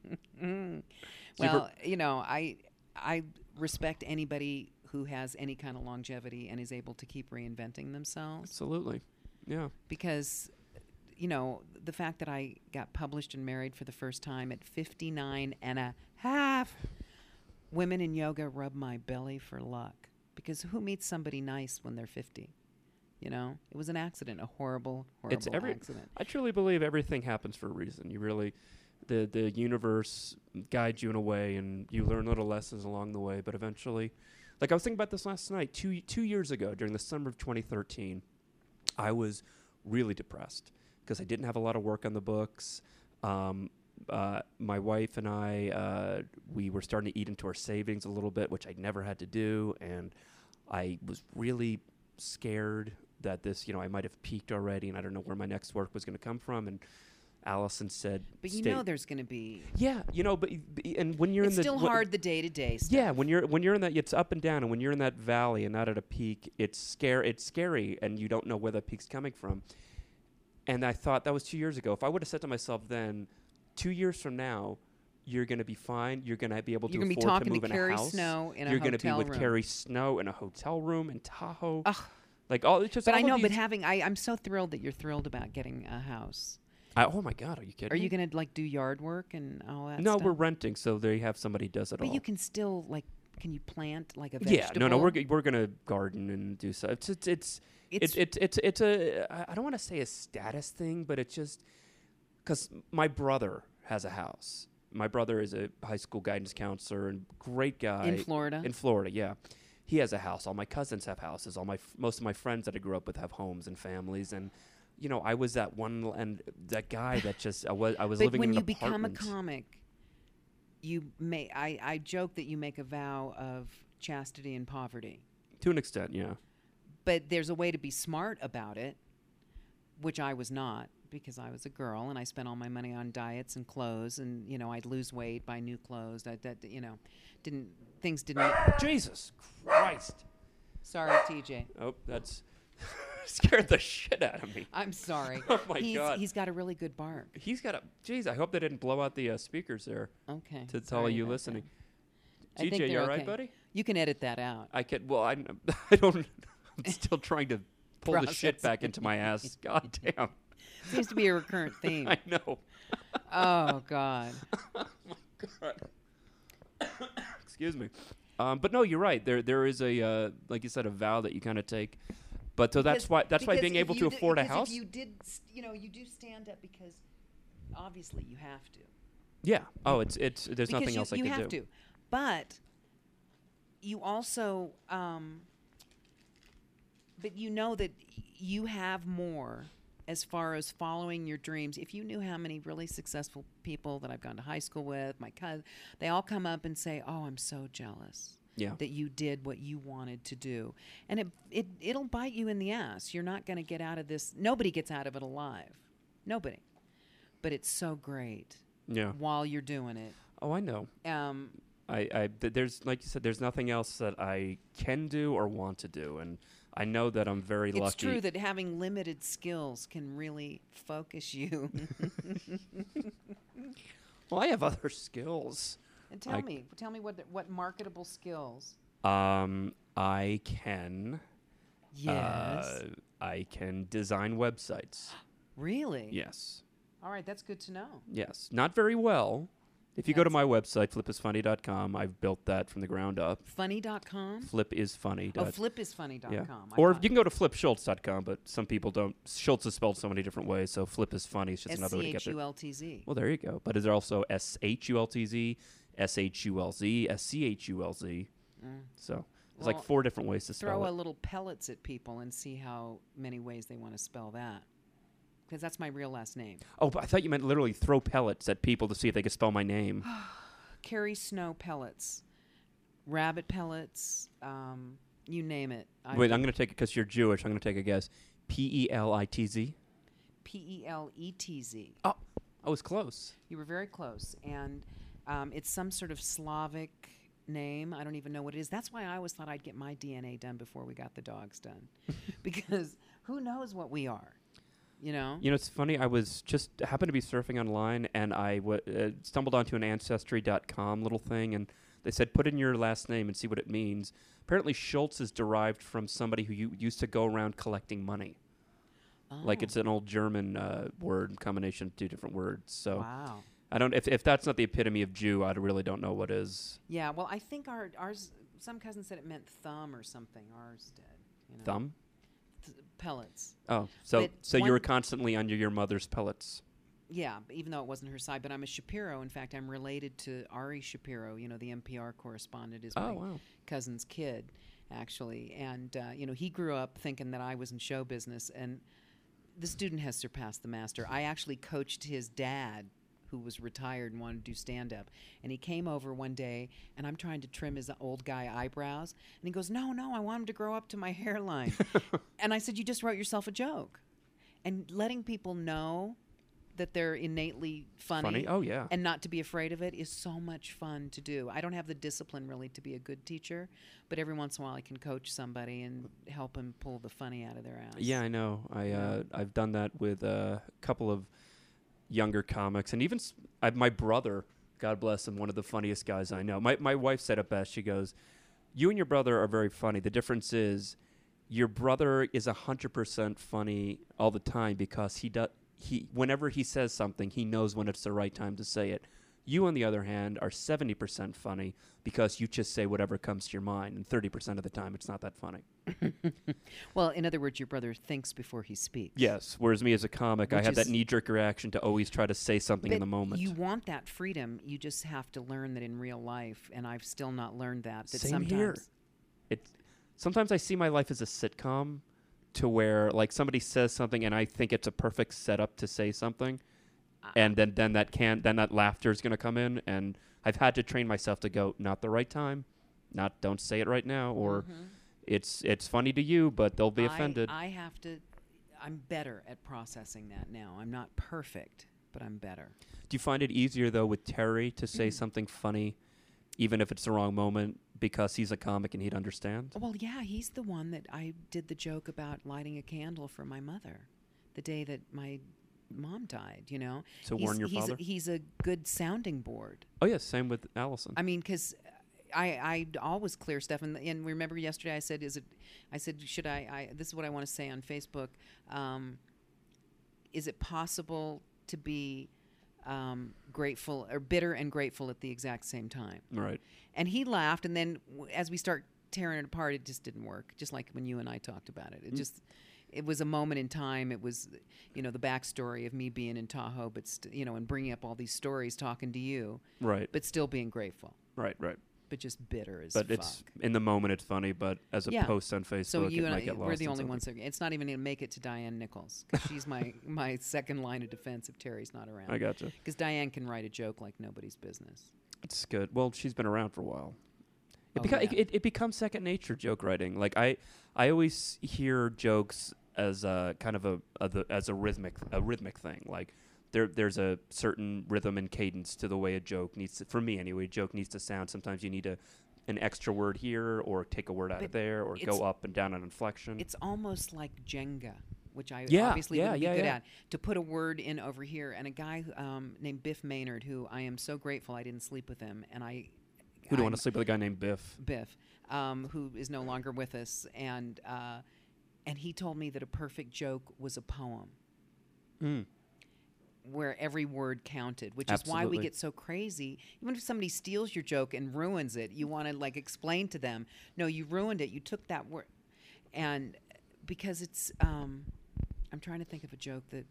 [SPEAKER 1] So you've
[SPEAKER 3] Well, you know, I I respect anybody who has any kind of longevity and is able to keep reinventing themselves.
[SPEAKER 1] Absolutely. Yeah.
[SPEAKER 3] because you know the fact that I got published and married for the first time at 59 and a half women in yoga rub my belly for luck because who meets somebody nice when they're 50 you know it was an accident a horrible horrible
[SPEAKER 1] It's every-
[SPEAKER 3] accident
[SPEAKER 1] I truly believe everything happens for a reason. You really, the the universe guides you in a way, and you learn little lessons along the way. But eventually, like I was thinking about this last night, two two years ago during the summer of 2013, I was really depressed because I didn't have a lot of work on the books. Um, uh, my wife and I, uh, we were starting to eat into our savings a little bit, which I never had to do. And I was really scared that this, you know, I might have peaked already and I don't know where my next work was going to come from. And Allison said,
[SPEAKER 3] But you
[SPEAKER 1] "Stay-
[SPEAKER 3] know, there's going to be.
[SPEAKER 1] yeah, you know, but, but- and when you're
[SPEAKER 3] It's
[SPEAKER 1] in the
[SPEAKER 3] still
[SPEAKER 1] when-
[SPEAKER 3] hard the day to day stuff.
[SPEAKER 1] yeah, when you're when you're in that, it's up and down, and when you're in that valley and not at a peak, it's scare, it's scary, and you don't know where that peak's coming from. And I thought that was two years ago. If I would have said to myself then, two years from now, you're going to be fine. You're going to be able to
[SPEAKER 3] You're gonna be
[SPEAKER 1] afford
[SPEAKER 3] talking to
[SPEAKER 1] move in
[SPEAKER 3] Carrie
[SPEAKER 1] a house.
[SPEAKER 3] Snow in a
[SPEAKER 1] you're gonna
[SPEAKER 3] hotel
[SPEAKER 1] be with
[SPEAKER 3] room."
[SPEAKER 1] Carrie Snow in a hotel room in Tahoe.
[SPEAKER 3] Ugh.
[SPEAKER 1] Like all it's just.
[SPEAKER 3] But
[SPEAKER 1] all
[SPEAKER 3] I
[SPEAKER 1] of
[SPEAKER 3] know, but
[SPEAKER 1] these-
[SPEAKER 3] having I, I'm so thrilled that you're thrilled about getting a house.
[SPEAKER 1] I- oh my God, are you kidding?
[SPEAKER 3] Are you
[SPEAKER 1] me?
[SPEAKER 3] gonna like do yard work and all that?
[SPEAKER 1] No,
[SPEAKER 3] stuff?
[SPEAKER 1] we're renting, so they have somebody does it all.
[SPEAKER 3] But you can still like, can you plant like a
[SPEAKER 1] Yeah,
[SPEAKER 3] vegetable?
[SPEAKER 1] no, no, we're g- we're gonna garden and do so. It's it's it's it's
[SPEAKER 3] It's-
[SPEAKER 1] it's it's, it's a I- I don't want to say a status thing, but it's just because my brother has a house. My brother is a high school guidance counselor and great guy
[SPEAKER 3] in Florida.
[SPEAKER 1] In Florida, yeah, he has a house. All my cousins have houses. All my f- most of my friends that I grew up with have homes and families and. You know, I was that one l- and that guy that just I was I was
[SPEAKER 3] but
[SPEAKER 1] living
[SPEAKER 3] when
[SPEAKER 1] in
[SPEAKER 3] you
[SPEAKER 1] an
[SPEAKER 3] become a
[SPEAKER 1] apartment.
[SPEAKER 3] comic, you may I, I joke that you make a vow of chastity and poverty.
[SPEAKER 1] to an extent, yeah.
[SPEAKER 3] But there's a way to be smart about it, which I was not because I was a girl and I spent all my money on diets and clothes and you know I'd lose weight, buy new clothes. That that you know, didn't things didn't.
[SPEAKER 1] Jesus Christ!
[SPEAKER 3] Sorry, TJ.
[SPEAKER 1] Oh, that's <laughs> scared the shit out of me.
[SPEAKER 3] I'm sorry.
[SPEAKER 1] <laughs> Oh my
[SPEAKER 3] he's,
[SPEAKER 1] God.
[SPEAKER 3] He's got a really good bark.
[SPEAKER 1] He's got a. Jeez, I hope they didn't blow out the uh, speakers there
[SPEAKER 3] Okay.
[SPEAKER 1] to tell
[SPEAKER 3] sorry
[SPEAKER 1] you
[SPEAKER 3] about that.
[SPEAKER 1] listening.
[SPEAKER 3] I think
[SPEAKER 1] TJ, you
[SPEAKER 3] they're
[SPEAKER 1] all right,
[SPEAKER 3] okay.
[SPEAKER 1] buddy?
[SPEAKER 3] You can edit that out.
[SPEAKER 1] I could. Well, I, <laughs> I don't.
[SPEAKER 3] <laughs>
[SPEAKER 1] I'm still trying to pull the shit
[SPEAKER 3] Process.
[SPEAKER 1] back into my ass. God damn.
[SPEAKER 3] Seems to be
[SPEAKER 1] <laughs>
[SPEAKER 3] a recurrent theme.
[SPEAKER 1] I
[SPEAKER 3] <coughs>
[SPEAKER 1] know.
[SPEAKER 3] oh God.
[SPEAKER 1] God. Excuse me. Um, but no, you're right. There, there is a uh, like you said, a vow that you kind of take. But so that's
[SPEAKER 3] Because-
[SPEAKER 1] why that's why
[SPEAKER 3] because
[SPEAKER 1] being
[SPEAKER 3] if
[SPEAKER 1] able
[SPEAKER 3] you
[SPEAKER 1] to
[SPEAKER 3] do-
[SPEAKER 1] afford a
[SPEAKER 3] because
[SPEAKER 1] house.
[SPEAKER 3] If you did, s- you know, you do stand up because obviously you have to.
[SPEAKER 1] yeah. Oh, it's it's. There's
[SPEAKER 3] because
[SPEAKER 1] nothing
[SPEAKER 3] you,
[SPEAKER 1] else I
[SPEAKER 3] you
[SPEAKER 1] can
[SPEAKER 3] have
[SPEAKER 1] do.
[SPEAKER 3] to. But you also, um, but you know that you have more as far as following your dreams. If you knew how many really successful people that I've gone to high school with, my cousin, they all come up and say, "Oh, I'm so jealous."
[SPEAKER 1] Yeah.
[SPEAKER 3] that you did what you wanted to do. And it, it it'll bite you in the ass. You're not going to get out of this. Nobody gets out of it alive. Nobody. But it's so great
[SPEAKER 1] Yeah.
[SPEAKER 3] while you're doing it.
[SPEAKER 1] Oh, I know.
[SPEAKER 3] Um,
[SPEAKER 1] I, I th- there's like you said, there's nothing else that I can do or want to do, and I know that I'm very
[SPEAKER 3] it's
[SPEAKER 1] lucky.
[SPEAKER 3] true that having limited skills can really focus you. <laughs>
[SPEAKER 1] well, I have <laughs> other skills.
[SPEAKER 3] and tell
[SPEAKER 1] I-
[SPEAKER 3] me, tell me what what marketable skills.
[SPEAKER 1] Um, I can.
[SPEAKER 3] Yes.
[SPEAKER 1] Uh, I can design websites.
[SPEAKER 3] really?
[SPEAKER 1] yes.
[SPEAKER 3] All right, that's good to know.
[SPEAKER 1] Yes. Not very well. If you go to
[SPEAKER 3] That's-
[SPEAKER 1] my website, flipisfunny.com, I've built that from the ground up.
[SPEAKER 3] Funny.com?
[SPEAKER 1] Flip is funny.
[SPEAKER 3] Oh,
[SPEAKER 1] dot-
[SPEAKER 3] flipisfunny.com.
[SPEAKER 1] yeah.
[SPEAKER 3] I
[SPEAKER 1] Or
[SPEAKER 3] thought.
[SPEAKER 1] you can go to flipschultz.com, but some people don't. Schultz is spelled so many different ways, so flip is funny. It's just another way to get there.
[SPEAKER 3] S-C-H-U-L-T-Z.
[SPEAKER 1] Well, there you go. But is there also S H U L T Z, S H U L Z, S C H U L Z? So there's like
[SPEAKER 3] Mm. Well,
[SPEAKER 1] four different ways to spell
[SPEAKER 3] throw a
[SPEAKER 1] it.
[SPEAKER 3] little pellets at people and see how many ways they want to spell that. Because that's my real last name.
[SPEAKER 1] Oh, but I thought you meant literally throw pellets at people to see if they could spell my name.
[SPEAKER 3] Carrie Snow pellets, rabbit pellets, um, you name it. <gasps> I
[SPEAKER 1] Wait, I'm going to take it because you're Jewish. I'm going to take a guess. P E L I T Z.
[SPEAKER 3] P E L E T Z.
[SPEAKER 1] Oh, I was close.
[SPEAKER 3] You were very close, and um, it's some sort of Slavic name. I don't even know what it is. That's why I always thought I'd get my DNA done before we got the dogs
[SPEAKER 1] <laughs>
[SPEAKER 3] done, because who knows what we are, you know?
[SPEAKER 1] You know, it's funny. I was just happened to be surfing online and I wa uh, stumbled onto an ancestry.com little thing and they said put in your last name and see what it means. Apparently, Schultz is derived from somebody who u- used to go around collecting money. Like
[SPEAKER 3] Oh,
[SPEAKER 1] it's an old German uh, word combination of two different words. So
[SPEAKER 3] Oh, wow.
[SPEAKER 1] I don't. If, if that's not the epitome of Jew, I really don't know what is.
[SPEAKER 3] Yeah, well, I think our ours. Some cousin said it meant thumb or something. Ours did. You know,
[SPEAKER 1] Thumb.
[SPEAKER 3] Th- pellets.
[SPEAKER 1] Oh, so
[SPEAKER 3] But
[SPEAKER 1] so you were
[SPEAKER 3] one-
[SPEAKER 1] constantly under your mother's pellets.
[SPEAKER 3] Yeah, b- even though it wasn't her side, but I'm a Shapiro. In fact, I'm related to Ari Shapiro. You know, the NPR correspondent is my
[SPEAKER 1] Oh, wow.
[SPEAKER 3] cousin's kid, actually. And uh, you know, he grew up thinking that I was in show business, and the student has surpassed the master. I actually coached his dad, who was retired and wanted to do stand up. And he came over one day, and I'm trying to trim his old guy eyebrows. And he goes, No, no, I want him to grow up to my hairline. and I said, You just wrote yourself a joke. And letting people know that they're innately funny,
[SPEAKER 1] Funny? Oh, yeah.
[SPEAKER 3] and not to be afraid of it is so much fun to do. I don't have the discipline really to be a good teacher, but every once in a while I can coach somebody and help them pull the funny out of their ass.
[SPEAKER 1] Yeah, I know. I uh, I've done that with uh, a couple of younger comics, and even s I my brother. God bless him. One of the funniest guys I know. My my wife said it best. She goes, "You and your brother are very funny. The difference is, your brother is hundred percent funny all the time because he does he whenever he says something, he knows when it's the right time to say it." You, on the other hand, are 70% funny because you just say whatever comes to your mind, and 30% of the time it's not that funny.
[SPEAKER 3] Well, in other words, your brother thinks before he speaks.
[SPEAKER 1] Yes. Whereas me as a comic, I
[SPEAKER 3] Which
[SPEAKER 1] have that
[SPEAKER 3] is-
[SPEAKER 1] knee jerk reaction to always try to say something in the
[SPEAKER 3] But
[SPEAKER 1] moment.
[SPEAKER 3] You want that freedom. You just have to learn that in real life, and I've still not learned that. That
[SPEAKER 1] Same
[SPEAKER 3] sometimes
[SPEAKER 1] here. it sometimes I see my life as a sitcom to where like somebody says something and I think it's a perfect setup to say something.
[SPEAKER 3] Uh-huh.
[SPEAKER 1] And then, then that can then that laughter is gonna come in and I've had to train myself to go, not the right time, not don't say it right now, or it's it's funny to you, but they'll be
[SPEAKER 3] Mm-hmm. I-
[SPEAKER 1] offended.
[SPEAKER 3] I, have to. I'm better at processing that now. I'm not perfect, but I'm better.
[SPEAKER 1] Do you find it easier though with Terry to say
[SPEAKER 3] Mm-hmm.
[SPEAKER 1] something funny, even if it's the wrong moment, because he's a comic and he'd understand?
[SPEAKER 3] Well, yeah, he's the one that I did the joke about lighting a candle for my mother the day that my mom died. You know,
[SPEAKER 1] So
[SPEAKER 3] he's,
[SPEAKER 1] warn your
[SPEAKER 3] he's
[SPEAKER 1] father?
[SPEAKER 3] A, he's a good sounding board.
[SPEAKER 1] Oh yeah, same with Allison.
[SPEAKER 3] I mean, because I I always clear stuff, and and remember yesterday I said, is it? I said, should I? I this is what I want to say on Facebook. Um, is it possible to be um, grateful or bitter and grateful at the exact same time?
[SPEAKER 1] right.
[SPEAKER 3] And he laughed, and then w- as we start tearing it apart, it just didn't work. Just like when you and I talked about
[SPEAKER 1] Mm.
[SPEAKER 3] it, it just it was a moment in time. It was, you know, the backstory of me being in Tahoe, but st- you know, and bringing up all these stories, talking to you,
[SPEAKER 1] Right.
[SPEAKER 3] but still being grateful
[SPEAKER 1] right. Right.
[SPEAKER 3] but just bitter as
[SPEAKER 1] But
[SPEAKER 3] fuck.
[SPEAKER 1] it's in the moment it's funny, but as a
[SPEAKER 3] Yeah.
[SPEAKER 1] post on Facebook,
[SPEAKER 3] so you
[SPEAKER 1] it
[SPEAKER 3] and
[SPEAKER 1] might
[SPEAKER 3] I,
[SPEAKER 1] get lost.
[SPEAKER 3] we're the
[SPEAKER 1] in
[SPEAKER 3] only
[SPEAKER 1] something.
[SPEAKER 3] ones. That, it's not even going to make it to Diane Nichols. 'cause she's my <laughs> my second line of defense if Terry's not around.
[SPEAKER 1] I gotcha.
[SPEAKER 3] Because Diane can write a joke like nobody's business.
[SPEAKER 1] It's good. Well, she's been around for a while. It,
[SPEAKER 3] Oh,
[SPEAKER 1] beco-
[SPEAKER 3] yeah.
[SPEAKER 1] it, it, it becomes second nature joke writing. Like I, I always hear jokes as a kind of a, a the, as a rhythmic a rhythmic thing. Like there there's a certain rhythm and cadence to the way a joke needs to, for me anyway. A joke needs to sound. Sometimes you need a an extra word here, or take a word out of
[SPEAKER 3] But
[SPEAKER 1] there, or
[SPEAKER 3] it's-
[SPEAKER 1] go up and down on inflection.
[SPEAKER 3] It's almost like Jenga, which I
[SPEAKER 1] Yeah,
[SPEAKER 3] obviously
[SPEAKER 1] yeah,
[SPEAKER 3] wouldn't be
[SPEAKER 1] yeah,
[SPEAKER 3] good
[SPEAKER 1] yeah.
[SPEAKER 3] at. To put a word in over here, and a guy who, um, named Biff Maynard, who I am so grateful I didn't sleep with him, and I
[SPEAKER 1] Who don't
[SPEAKER 3] I'm-
[SPEAKER 1] want to sleep with a guy named Biff?
[SPEAKER 3] Biff, um, who is no longer with us, and uh, and he told me that a perfect joke was a poem, Mm. where every word counted, which is why we
[SPEAKER 1] Absolutely.
[SPEAKER 3] get so crazy. Even if somebody steals your joke and ruins it, you want to like explain to them, no, you ruined it. You took that word, and because it's, um, I'm trying to think of a joke that,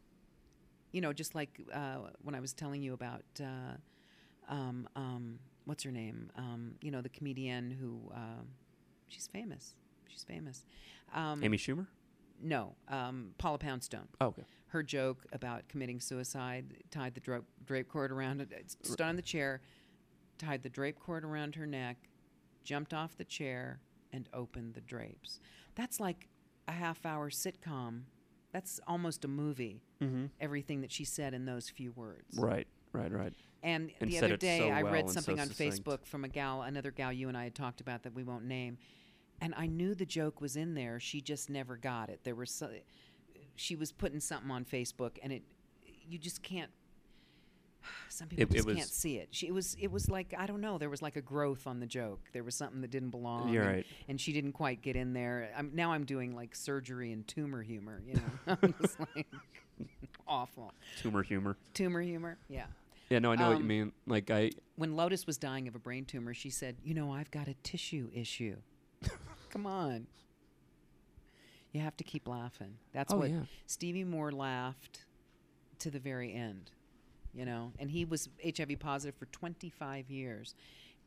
[SPEAKER 3] you know, just like uh, when I was telling you about. Uh, um, um, what's her name? Um, you know, the comedian who, um she's famous. She's famous. Um,
[SPEAKER 1] Amy Schumer.
[SPEAKER 3] No, um, Paula Poundstone.
[SPEAKER 1] Oh, okay.
[SPEAKER 3] Her joke about committing suicide tied the drape, drape cord around it, it stood on the chair, tied the drape cord around her neck, jumped off the chair, and opened the drapes. That's like a half hour sitcom. That's almost a movie. Everything that she said in those few words.
[SPEAKER 1] Right. Right. Right.
[SPEAKER 3] And,
[SPEAKER 1] and
[SPEAKER 3] the
[SPEAKER 1] said
[SPEAKER 3] other
[SPEAKER 1] it
[SPEAKER 3] day,
[SPEAKER 1] so
[SPEAKER 3] I
[SPEAKER 1] well
[SPEAKER 3] read
[SPEAKER 1] and so
[SPEAKER 3] something on
[SPEAKER 1] succinct.
[SPEAKER 3] Facebook from a gal, another gal you and I had talked about that we won't name, and I knew the joke was in there. She just never got it. There was, so, she was putting something on Facebook, and it, you just can't. <sighs> Some people
[SPEAKER 1] It- it
[SPEAKER 3] just
[SPEAKER 1] was-
[SPEAKER 3] can't see it. She it was it was like I don't know. There was like a growth on the joke. There was something that didn't belong.
[SPEAKER 1] You're
[SPEAKER 3] and,
[SPEAKER 1] right.
[SPEAKER 3] and she didn't quite get in there. I'm, now I'm doing like surgery and tumor humor. You know, <laughs> I'm just like awful
[SPEAKER 1] Tumor humor.
[SPEAKER 3] tumor humor. Yeah.
[SPEAKER 1] Yeah. No, I know what you
[SPEAKER 3] Um,
[SPEAKER 1] mean. Like I.
[SPEAKER 3] when Lotus was dying of a brain tumor, she said, You know, I've got a tissue
[SPEAKER 1] <laughs>
[SPEAKER 3] issue. Come on. You have to keep laughing. That's
[SPEAKER 1] Oh,
[SPEAKER 3] what
[SPEAKER 1] yeah.
[SPEAKER 3] Stevie Moore laughed to the very end, you know, and he was HIV positive for 25 years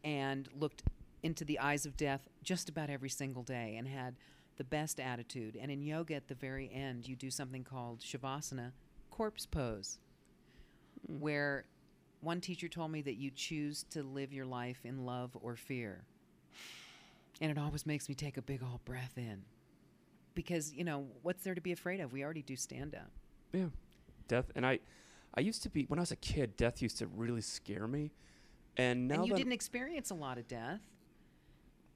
[SPEAKER 3] and looked into the eyes of death just about every single day and had the best attitude. And in yoga at the very
[SPEAKER 1] Hmm.
[SPEAKER 3] end, you do something called Shavasana, corpse pose where One teacher told me that you choose to live your life in love or fear. And it always makes me take a big old breath in. Because, you know, what's there to be afraid of? We already do stand up.
[SPEAKER 1] Yeah. Death and I I used to be when I was a kid, death used to really scare me. And now
[SPEAKER 3] and you
[SPEAKER 1] that
[SPEAKER 3] didn't experience a lot of death.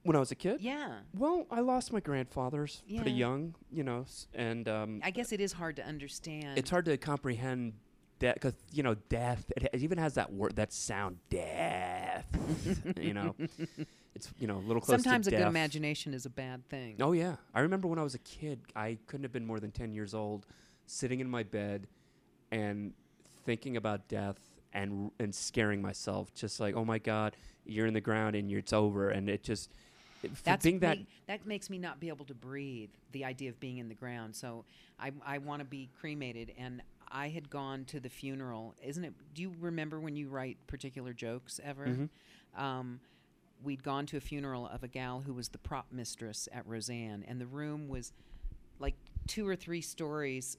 [SPEAKER 1] when I was a kid?
[SPEAKER 3] Yeah.
[SPEAKER 1] Well, I lost my grandfather's pretty
[SPEAKER 3] Yeah.
[SPEAKER 1] young, you know, s- and um,
[SPEAKER 3] I guess it is hard to understand.
[SPEAKER 1] it's hard to comprehend that because you know death it, it even has that word that sound death <laughs> you
[SPEAKER 3] <laughs>
[SPEAKER 1] know it's you know a little close
[SPEAKER 3] Sometimes
[SPEAKER 1] to
[SPEAKER 3] a
[SPEAKER 1] death.
[SPEAKER 3] good imagination is a bad thing.
[SPEAKER 1] oh yeah i remember when i was a kid i couldn't have been more than 10 years old sitting in my bed and thinking about death and and scaring myself just like oh my god you're in the ground and you're, it's over and it just it, for
[SPEAKER 3] That's
[SPEAKER 1] being that
[SPEAKER 3] me- that makes me not be able to breathe. The idea of being in the ground. So I I want to be cremated, and I had gone to the funeral. Isn't it? Do you remember when you write particular jokes ever?
[SPEAKER 1] Mm-hmm.
[SPEAKER 3] Um, we'd gone to a funeral of a gal who was the prop mistress at Roseanne, and the room was like two or three stories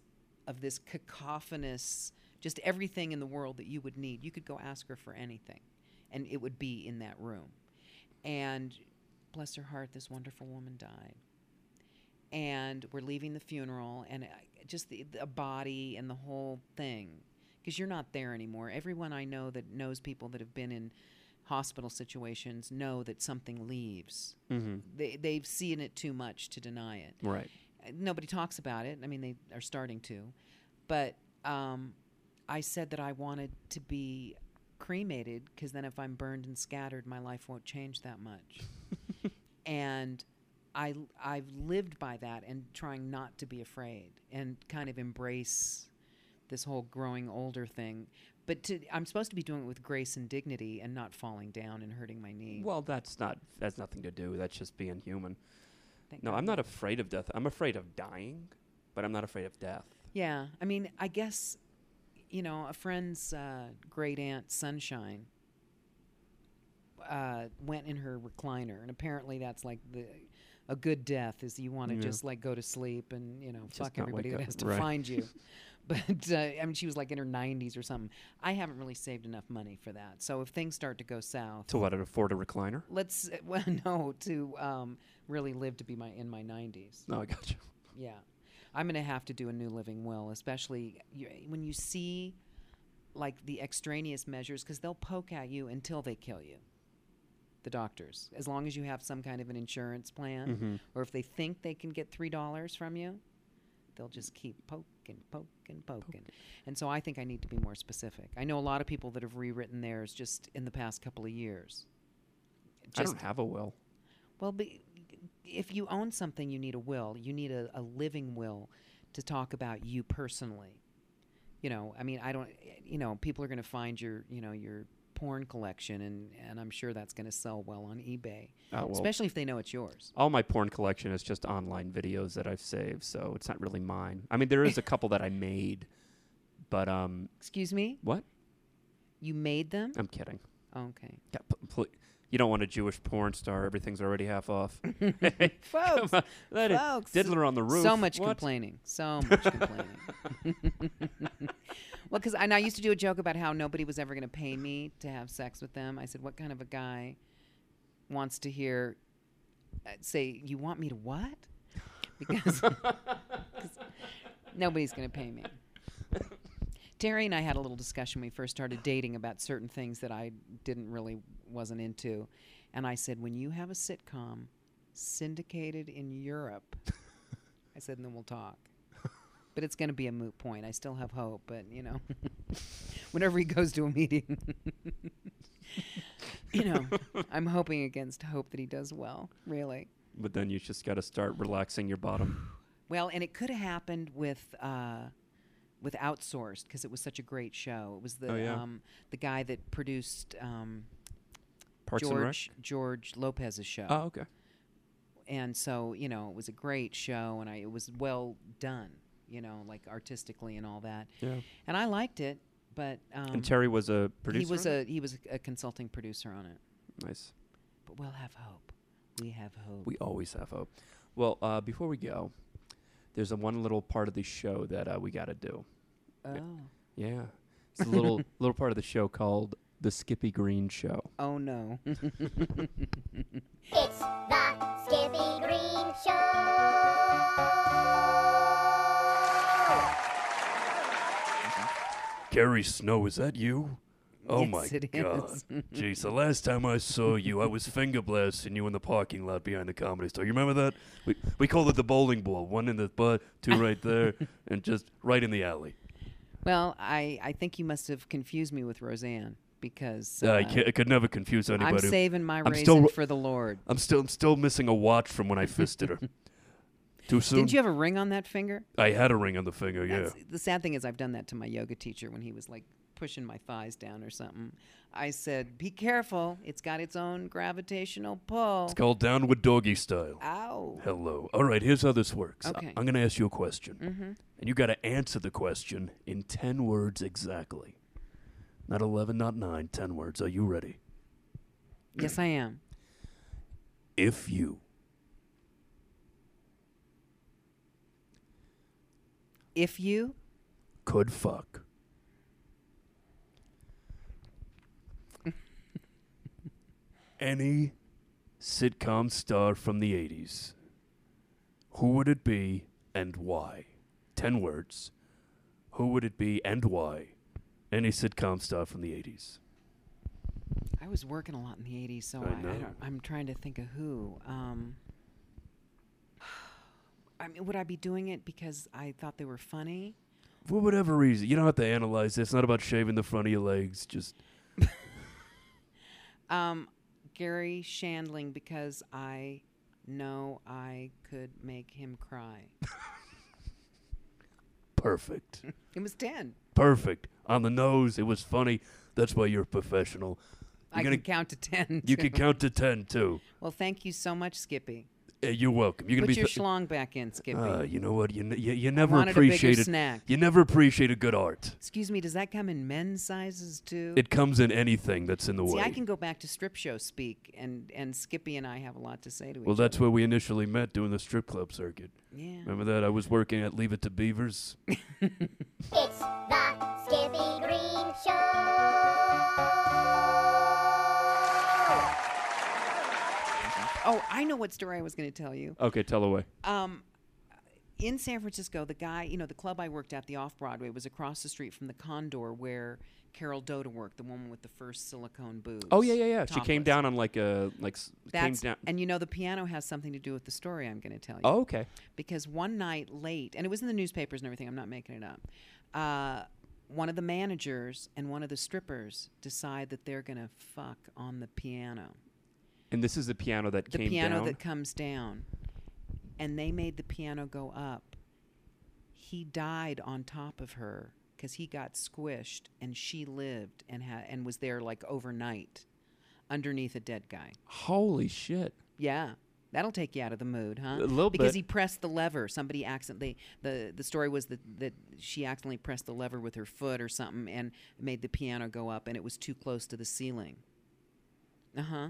[SPEAKER 3] of this cacophonous, just everything in the world that you would need. You could go ask her for anything, and it would be in that room. And bless her heart, this wonderful woman died. And we're leaving the funeral, and I- just the, the body and the whole thing, because you're not there anymore. Everyone I know that knows people that have been in hospital situations know that something leaves. They, they've seen it too much to deny it
[SPEAKER 1] Mm-hmm. right
[SPEAKER 3] uh, nobody talks about it. I mean, they are starting to, but um, I said that I wanted to be cremated because then if I'm burned and scattered, my life won't change that much. and I I've lived by that and trying not to be afraid and kind of embrace this whole growing older thing. But to, I'm supposed to be doing it with grace and dignity and not falling down and hurting my knee.
[SPEAKER 1] well that's not that's nothing to do that's just being human
[SPEAKER 3] Thank
[SPEAKER 1] No,
[SPEAKER 3] God.
[SPEAKER 1] I'm not afraid of death. I'm afraid of dying, but I'm not afraid of death.
[SPEAKER 3] Yeah, I mean, I guess, you know, a friend's uh, great aunt Sunshine uh, went in her recliner, and apparently that's like the a good death is you want to
[SPEAKER 1] Yeah.
[SPEAKER 3] just like go to sleep and you know
[SPEAKER 1] Just
[SPEAKER 3] fuck
[SPEAKER 1] not
[SPEAKER 3] everybody
[SPEAKER 1] wake
[SPEAKER 3] that
[SPEAKER 1] up,
[SPEAKER 3] has to
[SPEAKER 1] right. <laughs>
[SPEAKER 3] find you. But uh, I mean, she was like in her 90s or something. I haven't really saved enough money for that, so if things start to go south,
[SPEAKER 1] To what? Afford a recliner?
[SPEAKER 3] let's <laughs> well, no to um, really live to be my in my 90s.
[SPEAKER 1] No, I got you.
[SPEAKER 3] Yeah. I'm going to have to do a new living will, especially you, when you see like the extraneous measures, because they'll poke at you until they kill you, the doctors, as long as you have some kind of an insurance plan,
[SPEAKER 1] Mm-hmm.
[SPEAKER 3] or if they think they can get $3 from you, they'll just keep poking, poking, poking. And so I think I need to be more specific. I know a lot of people that have rewritten theirs just in the past couple of years.
[SPEAKER 1] I
[SPEAKER 3] Just-
[SPEAKER 1] don't have a will.
[SPEAKER 3] well, but if you own something, you need a will. You need a, a living will to talk about you personally. You know, I mean, I don't. You know, people are going to find your, you know, your porn collection, and and I'm sure that's going to sell well on eBay,
[SPEAKER 1] Oh, well,
[SPEAKER 3] especially if they know it's yours.
[SPEAKER 1] all my porn collection is just online videos that I've saved, so it's not really mine. I mean, there is a couple that I made, but um,
[SPEAKER 3] Excuse me,
[SPEAKER 1] what?
[SPEAKER 3] you made them?
[SPEAKER 1] I'm kidding.
[SPEAKER 3] Oh, okay,
[SPEAKER 1] Yeah, p- pl- you don't want a Jewish porn star. Everything's already half
[SPEAKER 3] <laughs>
[SPEAKER 1] off. <laughs>
[SPEAKER 3] folks.
[SPEAKER 1] Come on, let it-
[SPEAKER 3] Folks.
[SPEAKER 1] Diddler on the roof.
[SPEAKER 3] So much
[SPEAKER 1] What?
[SPEAKER 3] complaining. So much <laughs> complaining. well, because and I used to do a joke about how nobody was ever going to pay me to have sex with them. I said, "What kind of a guy wants to hear uh, say you want me to what?" Because <laughs> 'cause nobody's going to pay me. Terry and I had a little discussion when we first started dating about certain things that I didn't really wasn't into, and I said, "When you have a sitcom syndicated in Europe." I said, and then we'll talk. But it's going to be a moot point. I still have hope, but you know, <laughs> whenever he goes to a meeting, <laughs>
[SPEAKER 1] <laughs>
[SPEAKER 3] you know, I'm hoping against hope that he does well, really.
[SPEAKER 1] <laughs> But then you just got to start relaxing your bottom.
[SPEAKER 3] Well, and it could have happened with uh, with outsourced because it was such a great show. It was the
[SPEAKER 1] Oh, yeah.
[SPEAKER 3] um, the guy that produced um,
[SPEAKER 1] Parks and Rec.
[SPEAKER 3] George George Lopez's show.
[SPEAKER 1] Oh, okay.
[SPEAKER 3] and so you know it was a great show and I, it was well done you know like artistically and all that
[SPEAKER 1] Yeah.
[SPEAKER 3] and i liked it but um,
[SPEAKER 1] and Terry was a producer.
[SPEAKER 3] he was
[SPEAKER 1] on
[SPEAKER 3] a
[SPEAKER 1] it?
[SPEAKER 3] he was a consulting producer on it
[SPEAKER 1] nice.
[SPEAKER 3] but we'll have hope we have hope
[SPEAKER 1] We always have hope. Well, uh, before we go, there's a one little part of the show that uh, we got to do.
[SPEAKER 3] <laughs> oh
[SPEAKER 1] Yeah.
[SPEAKER 4] It's a little little part of the show called the Skippy Green Show.
[SPEAKER 3] Oh no.
[SPEAKER 5] It's the Skippy Green Show.
[SPEAKER 1] Carrie Snow, is that you? Oh
[SPEAKER 3] Yes,
[SPEAKER 1] my
[SPEAKER 3] it
[SPEAKER 1] god.
[SPEAKER 3] is. <laughs>
[SPEAKER 1] Jeez, the last time I saw you, I was finger blasting you in the parking lot behind the comedy store. You remember that? We we called it the bowling ball. One in the butt, two right
[SPEAKER 3] <laughs>
[SPEAKER 1] there, and just right in the alley.
[SPEAKER 3] <laughs> well, I, I think you must have confused me with Roseanne because
[SPEAKER 1] I,
[SPEAKER 3] uh,
[SPEAKER 1] ca I could never confuse anybody.
[SPEAKER 3] I'm saving my
[SPEAKER 1] I'm
[SPEAKER 3] raisin
[SPEAKER 1] still ro-
[SPEAKER 3] for the Lord.
[SPEAKER 1] I'm still I'm still missing a watch from when I fisted
[SPEAKER 3] <laughs>
[SPEAKER 1] her. Too soon.
[SPEAKER 3] Didn't you have a ring on that finger?
[SPEAKER 1] I had a ring on the finger. Yeah.
[SPEAKER 3] That's- The sad thing is, I've done that to my yoga teacher when he was like pushing my thighs down or something. I said, "Be careful! It's got its own gravitational pull."
[SPEAKER 1] It's called downward doggy style.
[SPEAKER 3] Ow!
[SPEAKER 1] Hello. All right. Here's how this works. I-
[SPEAKER 3] Okay.
[SPEAKER 1] I'm going to ask you a question, and you got to answer the question in ten words exactly. Not eleven, not nine. Ten words. Are you ready?
[SPEAKER 3] Yes, I am.
[SPEAKER 1] If you
[SPEAKER 3] If you
[SPEAKER 1] could fuck any sitcom star from the 80s, who would it be and why? 10 words. Who would it be and why? Any sitcom star from the 80s.
[SPEAKER 3] I was working a lot in the 80s, so
[SPEAKER 1] I
[SPEAKER 3] I I,
[SPEAKER 1] know.
[SPEAKER 3] don't, I'm trying to think of who. Um, I mean, would I be doing it because I thought they were funny?
[SPEAKER 1] For whatever reason, you don't have to analyze this. It's not about shaving the front of your legs. Just
[SPEAKER 3] Um, Gary Shandling, because I know I could make him cry.
[SPEAKER 1] perfect.
[SPEAKER 3] it was 10.
[SPEAKER 1] perfect. On the nose. It was funny. That's why you're a professional. You're
[SPEAKER 3] I
[SPEAKER 1] gonna-
[SPEAKER 3] can count to 10. <laughs>
[SPEAKER 1] You
[SPEAKER 3] too.
[SPEAKER 1] can count to ten too.
[SPEAKER 3] Well, thank you so much, Skippy.
[SPEAKER 1] Uh, you're welcome. You're gonna
[SPEAKER 3] Put
[SPEAKER 1] be.
[SPEAKER 3] your
[SPEAKER 1] th-
[SPEAKER 3] schlong back in, Skippy.
[SPEAKER 1] Ah, you know what? You, n- you, you never
[SPEAKER 3] wanted a bigger
[SPEAKER 1] appreciated.
[SPEAKER 3] snack.
[SPEAKER 1] You never appreciated good art.
[SPEAKER 3] Excuse me, does that come in men's sizes too?
[SPEAKER 1] It comes in anything that's in the
[SPEAKER 3] See,
[SPEAKER 1] way.
[SPEAKER 3] I can go back to strip show speak, and, and Skippy and I have a lot to say to
[SPEAKER 1] well,
[SPEAKER 3] each
[SPEAKER 1] that's where we initially met doing the strip club circuit.
[SPEAKER 3] other. Yeah.
[SPEAKER 1] Remember that? I was working at Leave It to
[SPEAKER 3] <laughs>
[SPEAKER 1] Beavers.
[SPEAKER 5] It's the Skippy Green Show.
[SPEAKER 3] Oh, I know what story I was going to tell you.
[SPEAKER 4] Okay, tell away.
[SPEAKER 3] Um, in San Francisco, the guy, you know, the club I worked at, the Off Broadway, was across the street from the Condor where Carol Doda worked, the woman with the first silicone boobs.
[SPEAKER 4] Oh yeah, yeah, yeah. She came
[SPEAKER 3] topless.
[SPEAKER 4] down on like a like s- came
[SPEAKER 3] That's
[SPEAKER 4] down.
[SPEAKER 3] and you know the piano has something to do with the story I'm going to tell you.
[SPEAKER 4] Oh okay.
[SPEAKER 3] because one night late, and it was in the newspapers and everything. I'm not making it up. Uh, one of the managers and one of the strippers decide that they're going to fuck on the piano.
[SPEAKER 4] And this is the piano that
[SPEAKER 3] the
[SPEAKER 4] came
[SPEAKER 3] piano
[SPEAKER 4] down.
[SPEAKER 3] that comes down and they made the piano go up he died on top of her because he got squished and she lived and ha- and was there like overnight underneath a dead guy
[SPEAKER 4] Holy shit!
[SPEAKER 3] yeah That'll take you out of the mood, huh?
[SPEAKER 4] A little
[SPEAKER 3] because
[SPEAKER 4] bit.
[SPEAKER 3] he pressed the lever. Somebody accidentally the the story was that that she accidentally pressed the lever with her foot or something and made the piano go up, and it was too close to the ceiling. Uh huh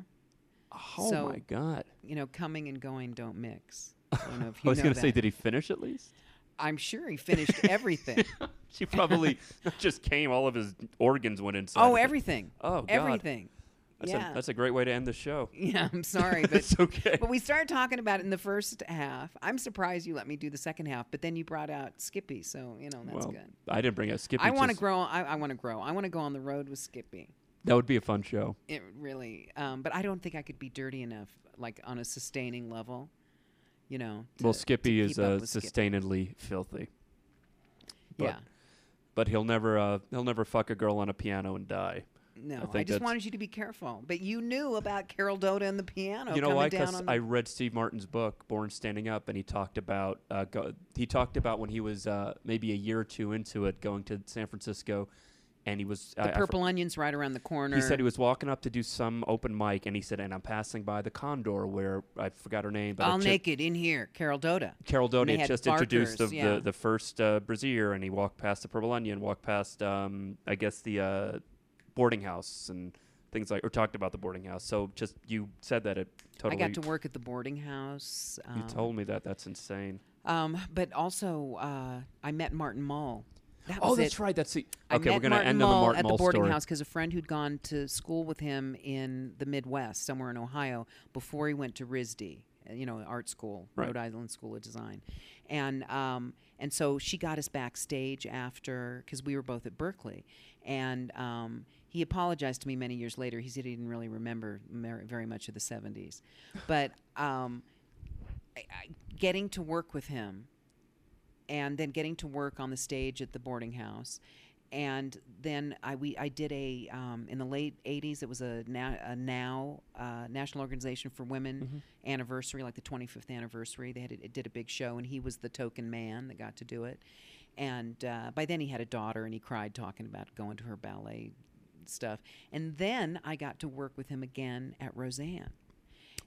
[SPEAKER 4] Oh
[SPEAKER 3] So-
[SPEAKER 4] my god!
[SPEAKER 3] you know, coming and going don't mix. I don't know if
[SPEAKER 4] <laughs> I
[SPEAKER 3] you
[SPEAKER 4] was
[SPEAKER 3] know
[SPEAKER 4] gonna
[SPEAKER 3] that.
[SPEAKER 4] say, did he finish at least?
[SPEAKER 3] I'm sure
[SPEAKER 4] <laughs>
[SPEAKER 3] he finished everything.
[SPEAKER 1] She probably
[SPEAKER 3] <laughs>
[SPEAKER 1] not just came. All of his organs went inside.
[SPEAKER 3] oh,
[SPEAKER 1] of it.
[SPEAKER 3] everything.
[SPEAKER 4] Oh, God.
[SPEAKER 3] everything.
[SPEAKER 4] That's,
[SPEAKER 3] yeah.
[SPEAKER 4] a, that's a great way to end the show.
[SPEAKER 3] <laughs> yeah,
[SPEAKER 4] <laughs>
[SPEAKER 3] I'm sorry, but
[SPEAKER 4] It's okay.
[SPEAKER 3] But we started talking about it in the first half. I'm surprised you let me do the second half, but then you brought out Skippy, so you know that's
[SPEAKER 4] well,
[SPEAKER 3] good.
[SPEAKER 4] I didn't bring up Skippy.
[SPEAKER 3] I want to
[SPEAKER 4] just-
[SPEAKER 3] grow. I, I want to grow. I want to go on the road with Skippy.
[SPEAKER 4] That would be a fun show.
[SPEAKER 3] It really, um, but I don't think I could be dirty enough, like on a sustaining level. You know.
[SPEAKER 4] well,
[SPEAKER 3] to- to
[SPEAKER 4] Skippy is
[SPEAKER 3] keep up
[SPEAKER 4] uh,
[SPEAKER 3] with Skippy.
[SPEAKER 4] sustainedly filthy, but-
[SPEAKER 3] Yeah.
[SPEAKER 4] but he'll never uh, he'll never fuck a girl on a piano and die.
[SPEAKER 3] No, I,
[SPEAKER 4] think
[SPEAKER 3] just
[SPEAKER 4] that's-
[SPEAKER 3] wanted you to be careful. But you knew about Carol Doda and the piano.
[SPEAKER 4] you know
[SPEAKER 3] Oh, coming
[SPEAKER 4] why?
[SPEAKER 3] Down
[SPEAKER 4] Because
[SPEAKER 3] on the-
[SPEAKER 4] I read Steve Martin's book, Born Standing Up, and he talked about uh, go, he talked about when he was uh, maybe a year or two into it, going to San Francisco, and he was I- I
[SPEAKER 3] the
[SPEAKER 4] for-
[SPEAKER 3] purple onions right around the corner.
[SPEAKER 4] He said he was walking up to do some open mic, and he said, "And I'm passing by the Condor, where I forgot her name, but
[SPEAKER 3] all
[SPEAKER 4] a chick-
[SPEAKER 3] naked in here, Carol Doda.
[SPEAKER 4] Carol
[SPEAKER 3] they
[SPEAKER 4] Doty had
[SPEAKER 3] had
[SPEAKER 4] just introduced the,
[SPEAKER 3] barkers, yeah.
[SPEAKER 4] the the first uh, brazier, and he walked past the Purple Onion, walked past um, I guess the uh, boarding house and things like, or talked about the boarding house. So just you said that it totally.
[SPEAKER 3] I got to work at the boarding house. Um,
[SPEAKER 4] You told me that. That's insane.
[SPEAKER 3] um, but also, uh, I met Martin Mull. That
[SPEAKER 1] Oh,
[SPEAKER 3] was
[SPEAKER 1] that's
[SPEAKER 3] it.
[SPEAKER 1] right. That's the.
[SPEAKER 3] I
[SPEAKER 1] Okay, we're
[SPEAKER 3] met
[SPEAKER 1] gonna
[SPEAKER 3] Martin
[SPEAKER 1] end on the
[SPEAKER 3] Mull
[SPEAKER 1] Martin
[SPEAKER 3] at
[SPEAKER 1] Mull
[SPEAKER 3] the boarding
[SPEAKER 1] story.
[SPEAKER 3] house because a friend who'd gone to school with him in the Midwest, somewhere in Ohio, before he went to RISD, uh, you know, art school,
[SPEAKER 1] Right.
[SPEAKER 3] Rhode Island School of Design, and um, and so she got us backstage after because we were both at Berkeley, and um, he apologized to me many years later. He said he didn't really remember mer- very much of the '70s, but um, I, I, getting to work with him and then getting to work on the stage at the boarding house. And then I we I did a um, in the late '80s. It was a now, a now uh, National Organization for Women anniversary, like the 25th anniversary. They had a, it did a big show, and he was the token man that got to do it. And uh, by then he had a daughter, and he cried talking about going to her ballet stuff. And then I got to work with him again at Roseanne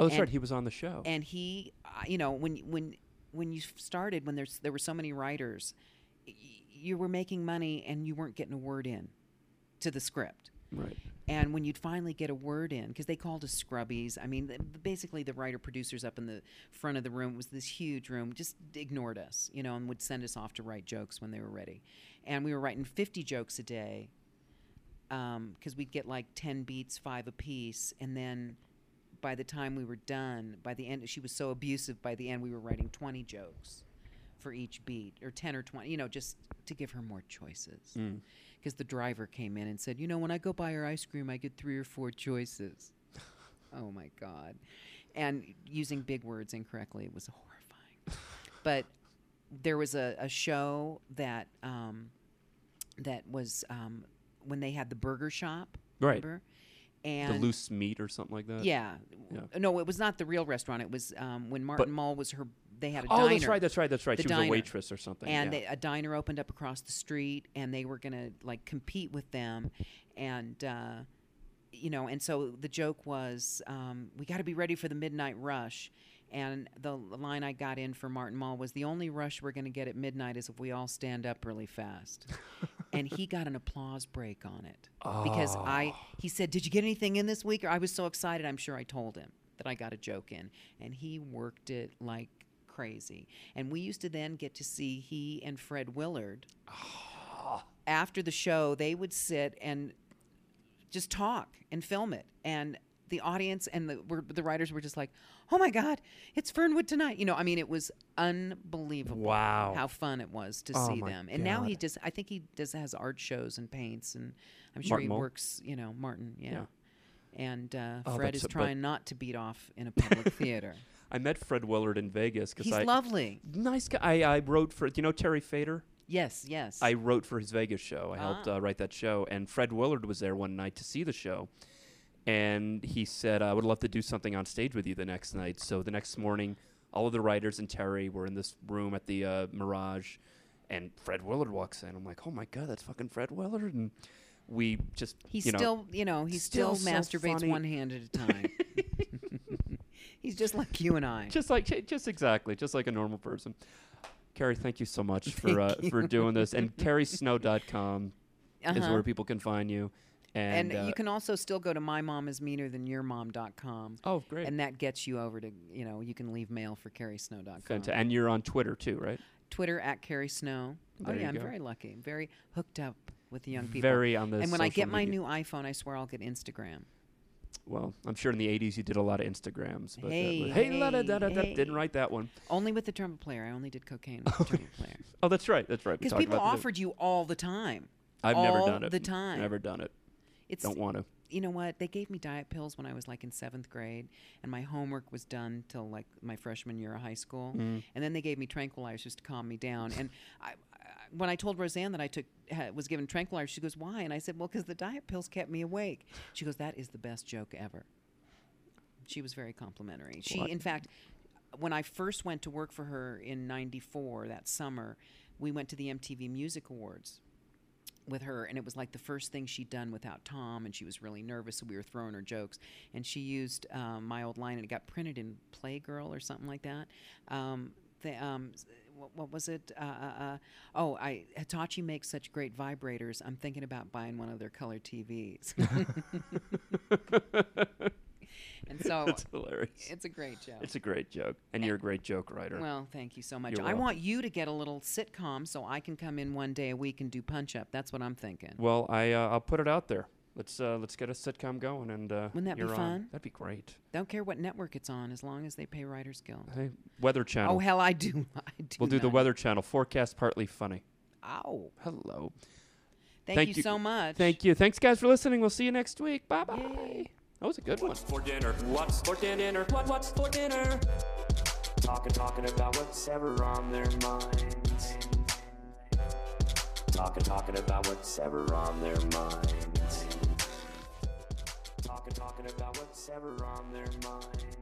[SPEAKER 1] Oh, that's
[SPEAKER 3] and-
[SPEAKER 1] right. He was on the show.
[SPEAKER 3] and he uh, you know when when when you started when there's there were so many writers y- you were making money and you weren't getting a word in to the script
[SPEAKER 1] Right.
[SPEAKER 3] and when you'd finally get a word in because they called us scrubbies i mean th- basically the writer producers up in the front of the room it was this huge room just ignored us you know and would send us off to write jokes when they were ready and we were writing 50 jokes a day because we'd get like 10 beats five apiece and then by the time we were done by the end she was so abusive by the end we were writing 20 jokes for each beat or 10 or 20 you know just to give her more choices
[SPEAKER 1] Mm.
[SPEAKER 3] because the driver came in and said you know when i go buy her ice cream i get three or
[SPEAKER 1] <laughs>
[SPEAKER 3] four choices oh my god and using big words incorrectly was horrifying but there was a, a show that um, that was um, when they had the burger shop
[SPEAKER 1] Right.
[SPEAKER 3] remember? and
[SPEAKER 1] the loose meat or something like that.
[SPEAKER 3] yeah.
[SPEAKER 1] Yeah.
[SPEAKER 3] No, it was not the real restaurant. It was um, when Martin Mull was her. They had a
[SPEAKER 1] Oh,
[SPEAKER 3] diner.
[SPEAKER 1] that's right. That's right. That's right.
[SPEAKER 3] The
[SPEAKER 1] she was a
[SPEAKER 3] diner.
[SPEAKER 1] waitress or something.
[SPEAKER 3] And
[SPEAKER 1] yeah.
[SPEAKER 3] they, a diner opened up across the street, and they were gonna like compete with them, and uh, you know, and so the joke was, um, we got to be ready for the midnight rush. And the l- line I got in for Martin Mull was, the only rush we're gonna get at midnight is if we all stand up really fast. and he got an applause break on it because I he said, "Did you get anything in this week?" Or I was so excited, I'm sure I told him that I got a joke in, and he worked it like crazy. And we used to then get to see he and Fred Willard after the show. They would sit and just talk and film it and the audience and the were, the writers were just like oh my god it's fernwood tonight you know i mean it was unbelievable
[SPEAKER 1] Wow.
[SPEAKER 3] how fun it was to
[SPEAKER 1] Oh
[SPEAKER 3] see
[SPEAKER 1] my
[SPEAKER 3] them and now he
[SPEAKER 1] God.
[SPEAKER 3] just i think he does has art shows and paints and i'm sure
[SPEAKER 1] Martin
[SPEAKER 3] he
[SPEAKER 1] Mull?
[SPEAKER 3] works you know martin yeah,
[SPEAKER 1] Yeah.
[SPEAKER 3] and uh,
[SPEAKER 1] Oh,
[SPEAKER 3] fred
[SPEAKER 1] but
[SPEAKER 3] is
[SPEAKER 1] so- but-
[SPEAKER 3] trying not to beat off in
[SPEAKER 1] <laughs>
[SPEAKER 3] a public theater
[SPEAKER 1] I met Fred Willard in Vegas because
[SPEAKER 3] he's
[SPEAKER 1] I
[SPEAKER 3] lovely
[SPEAKER 1] nice guy. I, I wrote for you know Terry Fader.
[SPEAKER 3] yes yes
[SPEAKER 1] I wrote for his Vegas show. I helped
[SPEAKER 3] Ah.
[SPEAKER 1] uh, write that show, and Fred Willard was there one night to see the show, and he said, "I would love to do something on stage with you the next night." So the next morning, all of the writers and Terry were in this room at the uh, Mirage, and Fred Willard walks in. I'm like, "Oh my god, that's fucking Fred Willard!" And we just
[SPEAKER 3] he's
[SPEAKER 1] you know,
[SPEAKER 3] still you know he still,
[SPEAKER 1] still so
[SPEAKER 3] masturbates
[SPEAKER 1] funny.
[SPEAKER 3] one hand at a time <laughs> he's just like you and i
[SPEAKER 1] just like j- just exactly just like a normal person carrie thank you so
[SPEAKER 3] <laughs>
[SPEAKER 1] much for uh, for doing this and carriesnow.com is
[SPEAKER 3] Uh-huh.
[SPEAKER 1] where people can find you and,
[SPEAKER 3] and
[SPEAKER 1] uh,
[SPEAKER 3] you can also still go to my mom is meaner than your mom.com
[SPEAKER 1] oh great
[SPEAKER 3] and that gets you over to you know you can leave mail for carriesnow.com
[SPEAKER 1] Fanta- and you're on twitter too right
[SPEAKER 3] Twitter at Carrie Snow.
[SPEAKER 1] There
[SPEAKER 3] oh
[SPEAKER 1] you
[SPEAKER 3] yeah, I'm
[SPEAKER 1] go.
[SPEAKER 3] very lucky. I'm very hooked up with the young people.
[SPEAKER 1] Very on the
[SPEAKER 3] And when I
[SPEAKER 1] social
[SPEAKER 3] get my
[SPEAKER 1] media.
[SPEAKER 3] new iPhone, I swear I'll get Instagram.
[SPEAKER 1] well i'm sure in the 80s you did a lot of instagrams but
[SPEAKER 3] Hey,
[SPEAKER 1] that, hey, la da
[SPEAKER 3] hey,
[SPEAKER 1] da da da,
[SPEAKER 3] hey.
[SPEAKER 1] didn't write that one.
[SPEAKER 3] Only with the trumpet player. I only did cocaine
[SPEAKER 1] <laughs>
[SPEAKER 3] with the trumpet player.
[SPEAKER 1] Oh, that's right that's right we
[SPEAKER 3] Because
[SPEAKER 1] talked
[SPEAKER 3] people
[SPEAKER 1] about the-
[SPEAKER 3] offered you all the time.
[SPEAKER 1] i've never
[SPEAKER 3] all
[SPEAKER 1] done it
[SPEAKER 3] the time.
[SPEAKER 1] never done it
[SPEAKER 3] It's
[SPEAKER 1] don't want to
[SPEAKER 3] you know what? They gave me diet pills when I was like in seventh grade, and my homework was done till like my freshman year of high school. And then they gave me tranquilizers to calm me down. And I, I, when I told Roseanne that I took ha- was given tranquilizers, she goes, "Why?" And I said, "Well, because the diet pills kept me awake." She goes, "That is the best joke ever." She was very complimentary. She, in fact, when I first went to work for her in '94 that summer, we went to the MTV Music Awards with her and it was like the first thing she'd done without tom and she was really nervous so we were throwing her jokes and she used um, my old line and it got printed in playgirl or something like that um, the, um, s- what, what was it uh, uh, uh, oh i hitachi makes such great vibrators i'm thinking about buying one of their color tvs
[SPEAKER 1] <laughs>
[SPEAKER 3] And so
[SPEAKER 1] That's hilarious.
[SPEAKER 3] it's a great joke.
[SPEAKER 1] It's a great joke, and you're a great joke writer.
[SPEAKER 3] Well, thank you so much.
[SPEAKER 1] You're
[SPEAKER 3] I want you to get a little sitcom so I can come in one day a week and do punch up. That's what I'm thinking.
[SPEAKER 1] Well, I uh, I'll put it out there. Let's uh, let's get a sitcom going, and uh,
[SPEAKER 3] Wouldn't that be
[SPEAKER 1] you're on.
[SPEAKER 3] fun?
[SPEAKER 1] That'd be great.
[SPEAKER 3] Don't care what network it's on as long as they pay Writers Guild.
[SPEAKER 1] Hey, Weather Channel.
[SPEAKER 3] Oh hell, I do. <laughs> I do.
[SPEAKER 1] we'll do the
[SPEAKER 3] not-
[SPEAKER 1] Weather Channel forecast, partly funny.
[SPEAKER 3] Ow.
[SPEAKER 1] Hello.
[SPEAKER 3] Thank,
[SPEAKER 1] Thank
[SPEAKER 3] you,
[SPEAKER 1] you.
[SPEAKER 3] so much.
[SPEAKER 1] Thank you. Thanks, guys, for listening. We'll see you next week. Bye bye.
[SPEAKER 3] Yay.
[SPEAKER 1] That was a good one.
[SPEAKER 2] What's for dinner? What's for dinner? What, what's for dinner? Talking, talking about what's ever on their minds. Talking, talking about what's ever on their minds. Talking, talking about what's ever on their minds.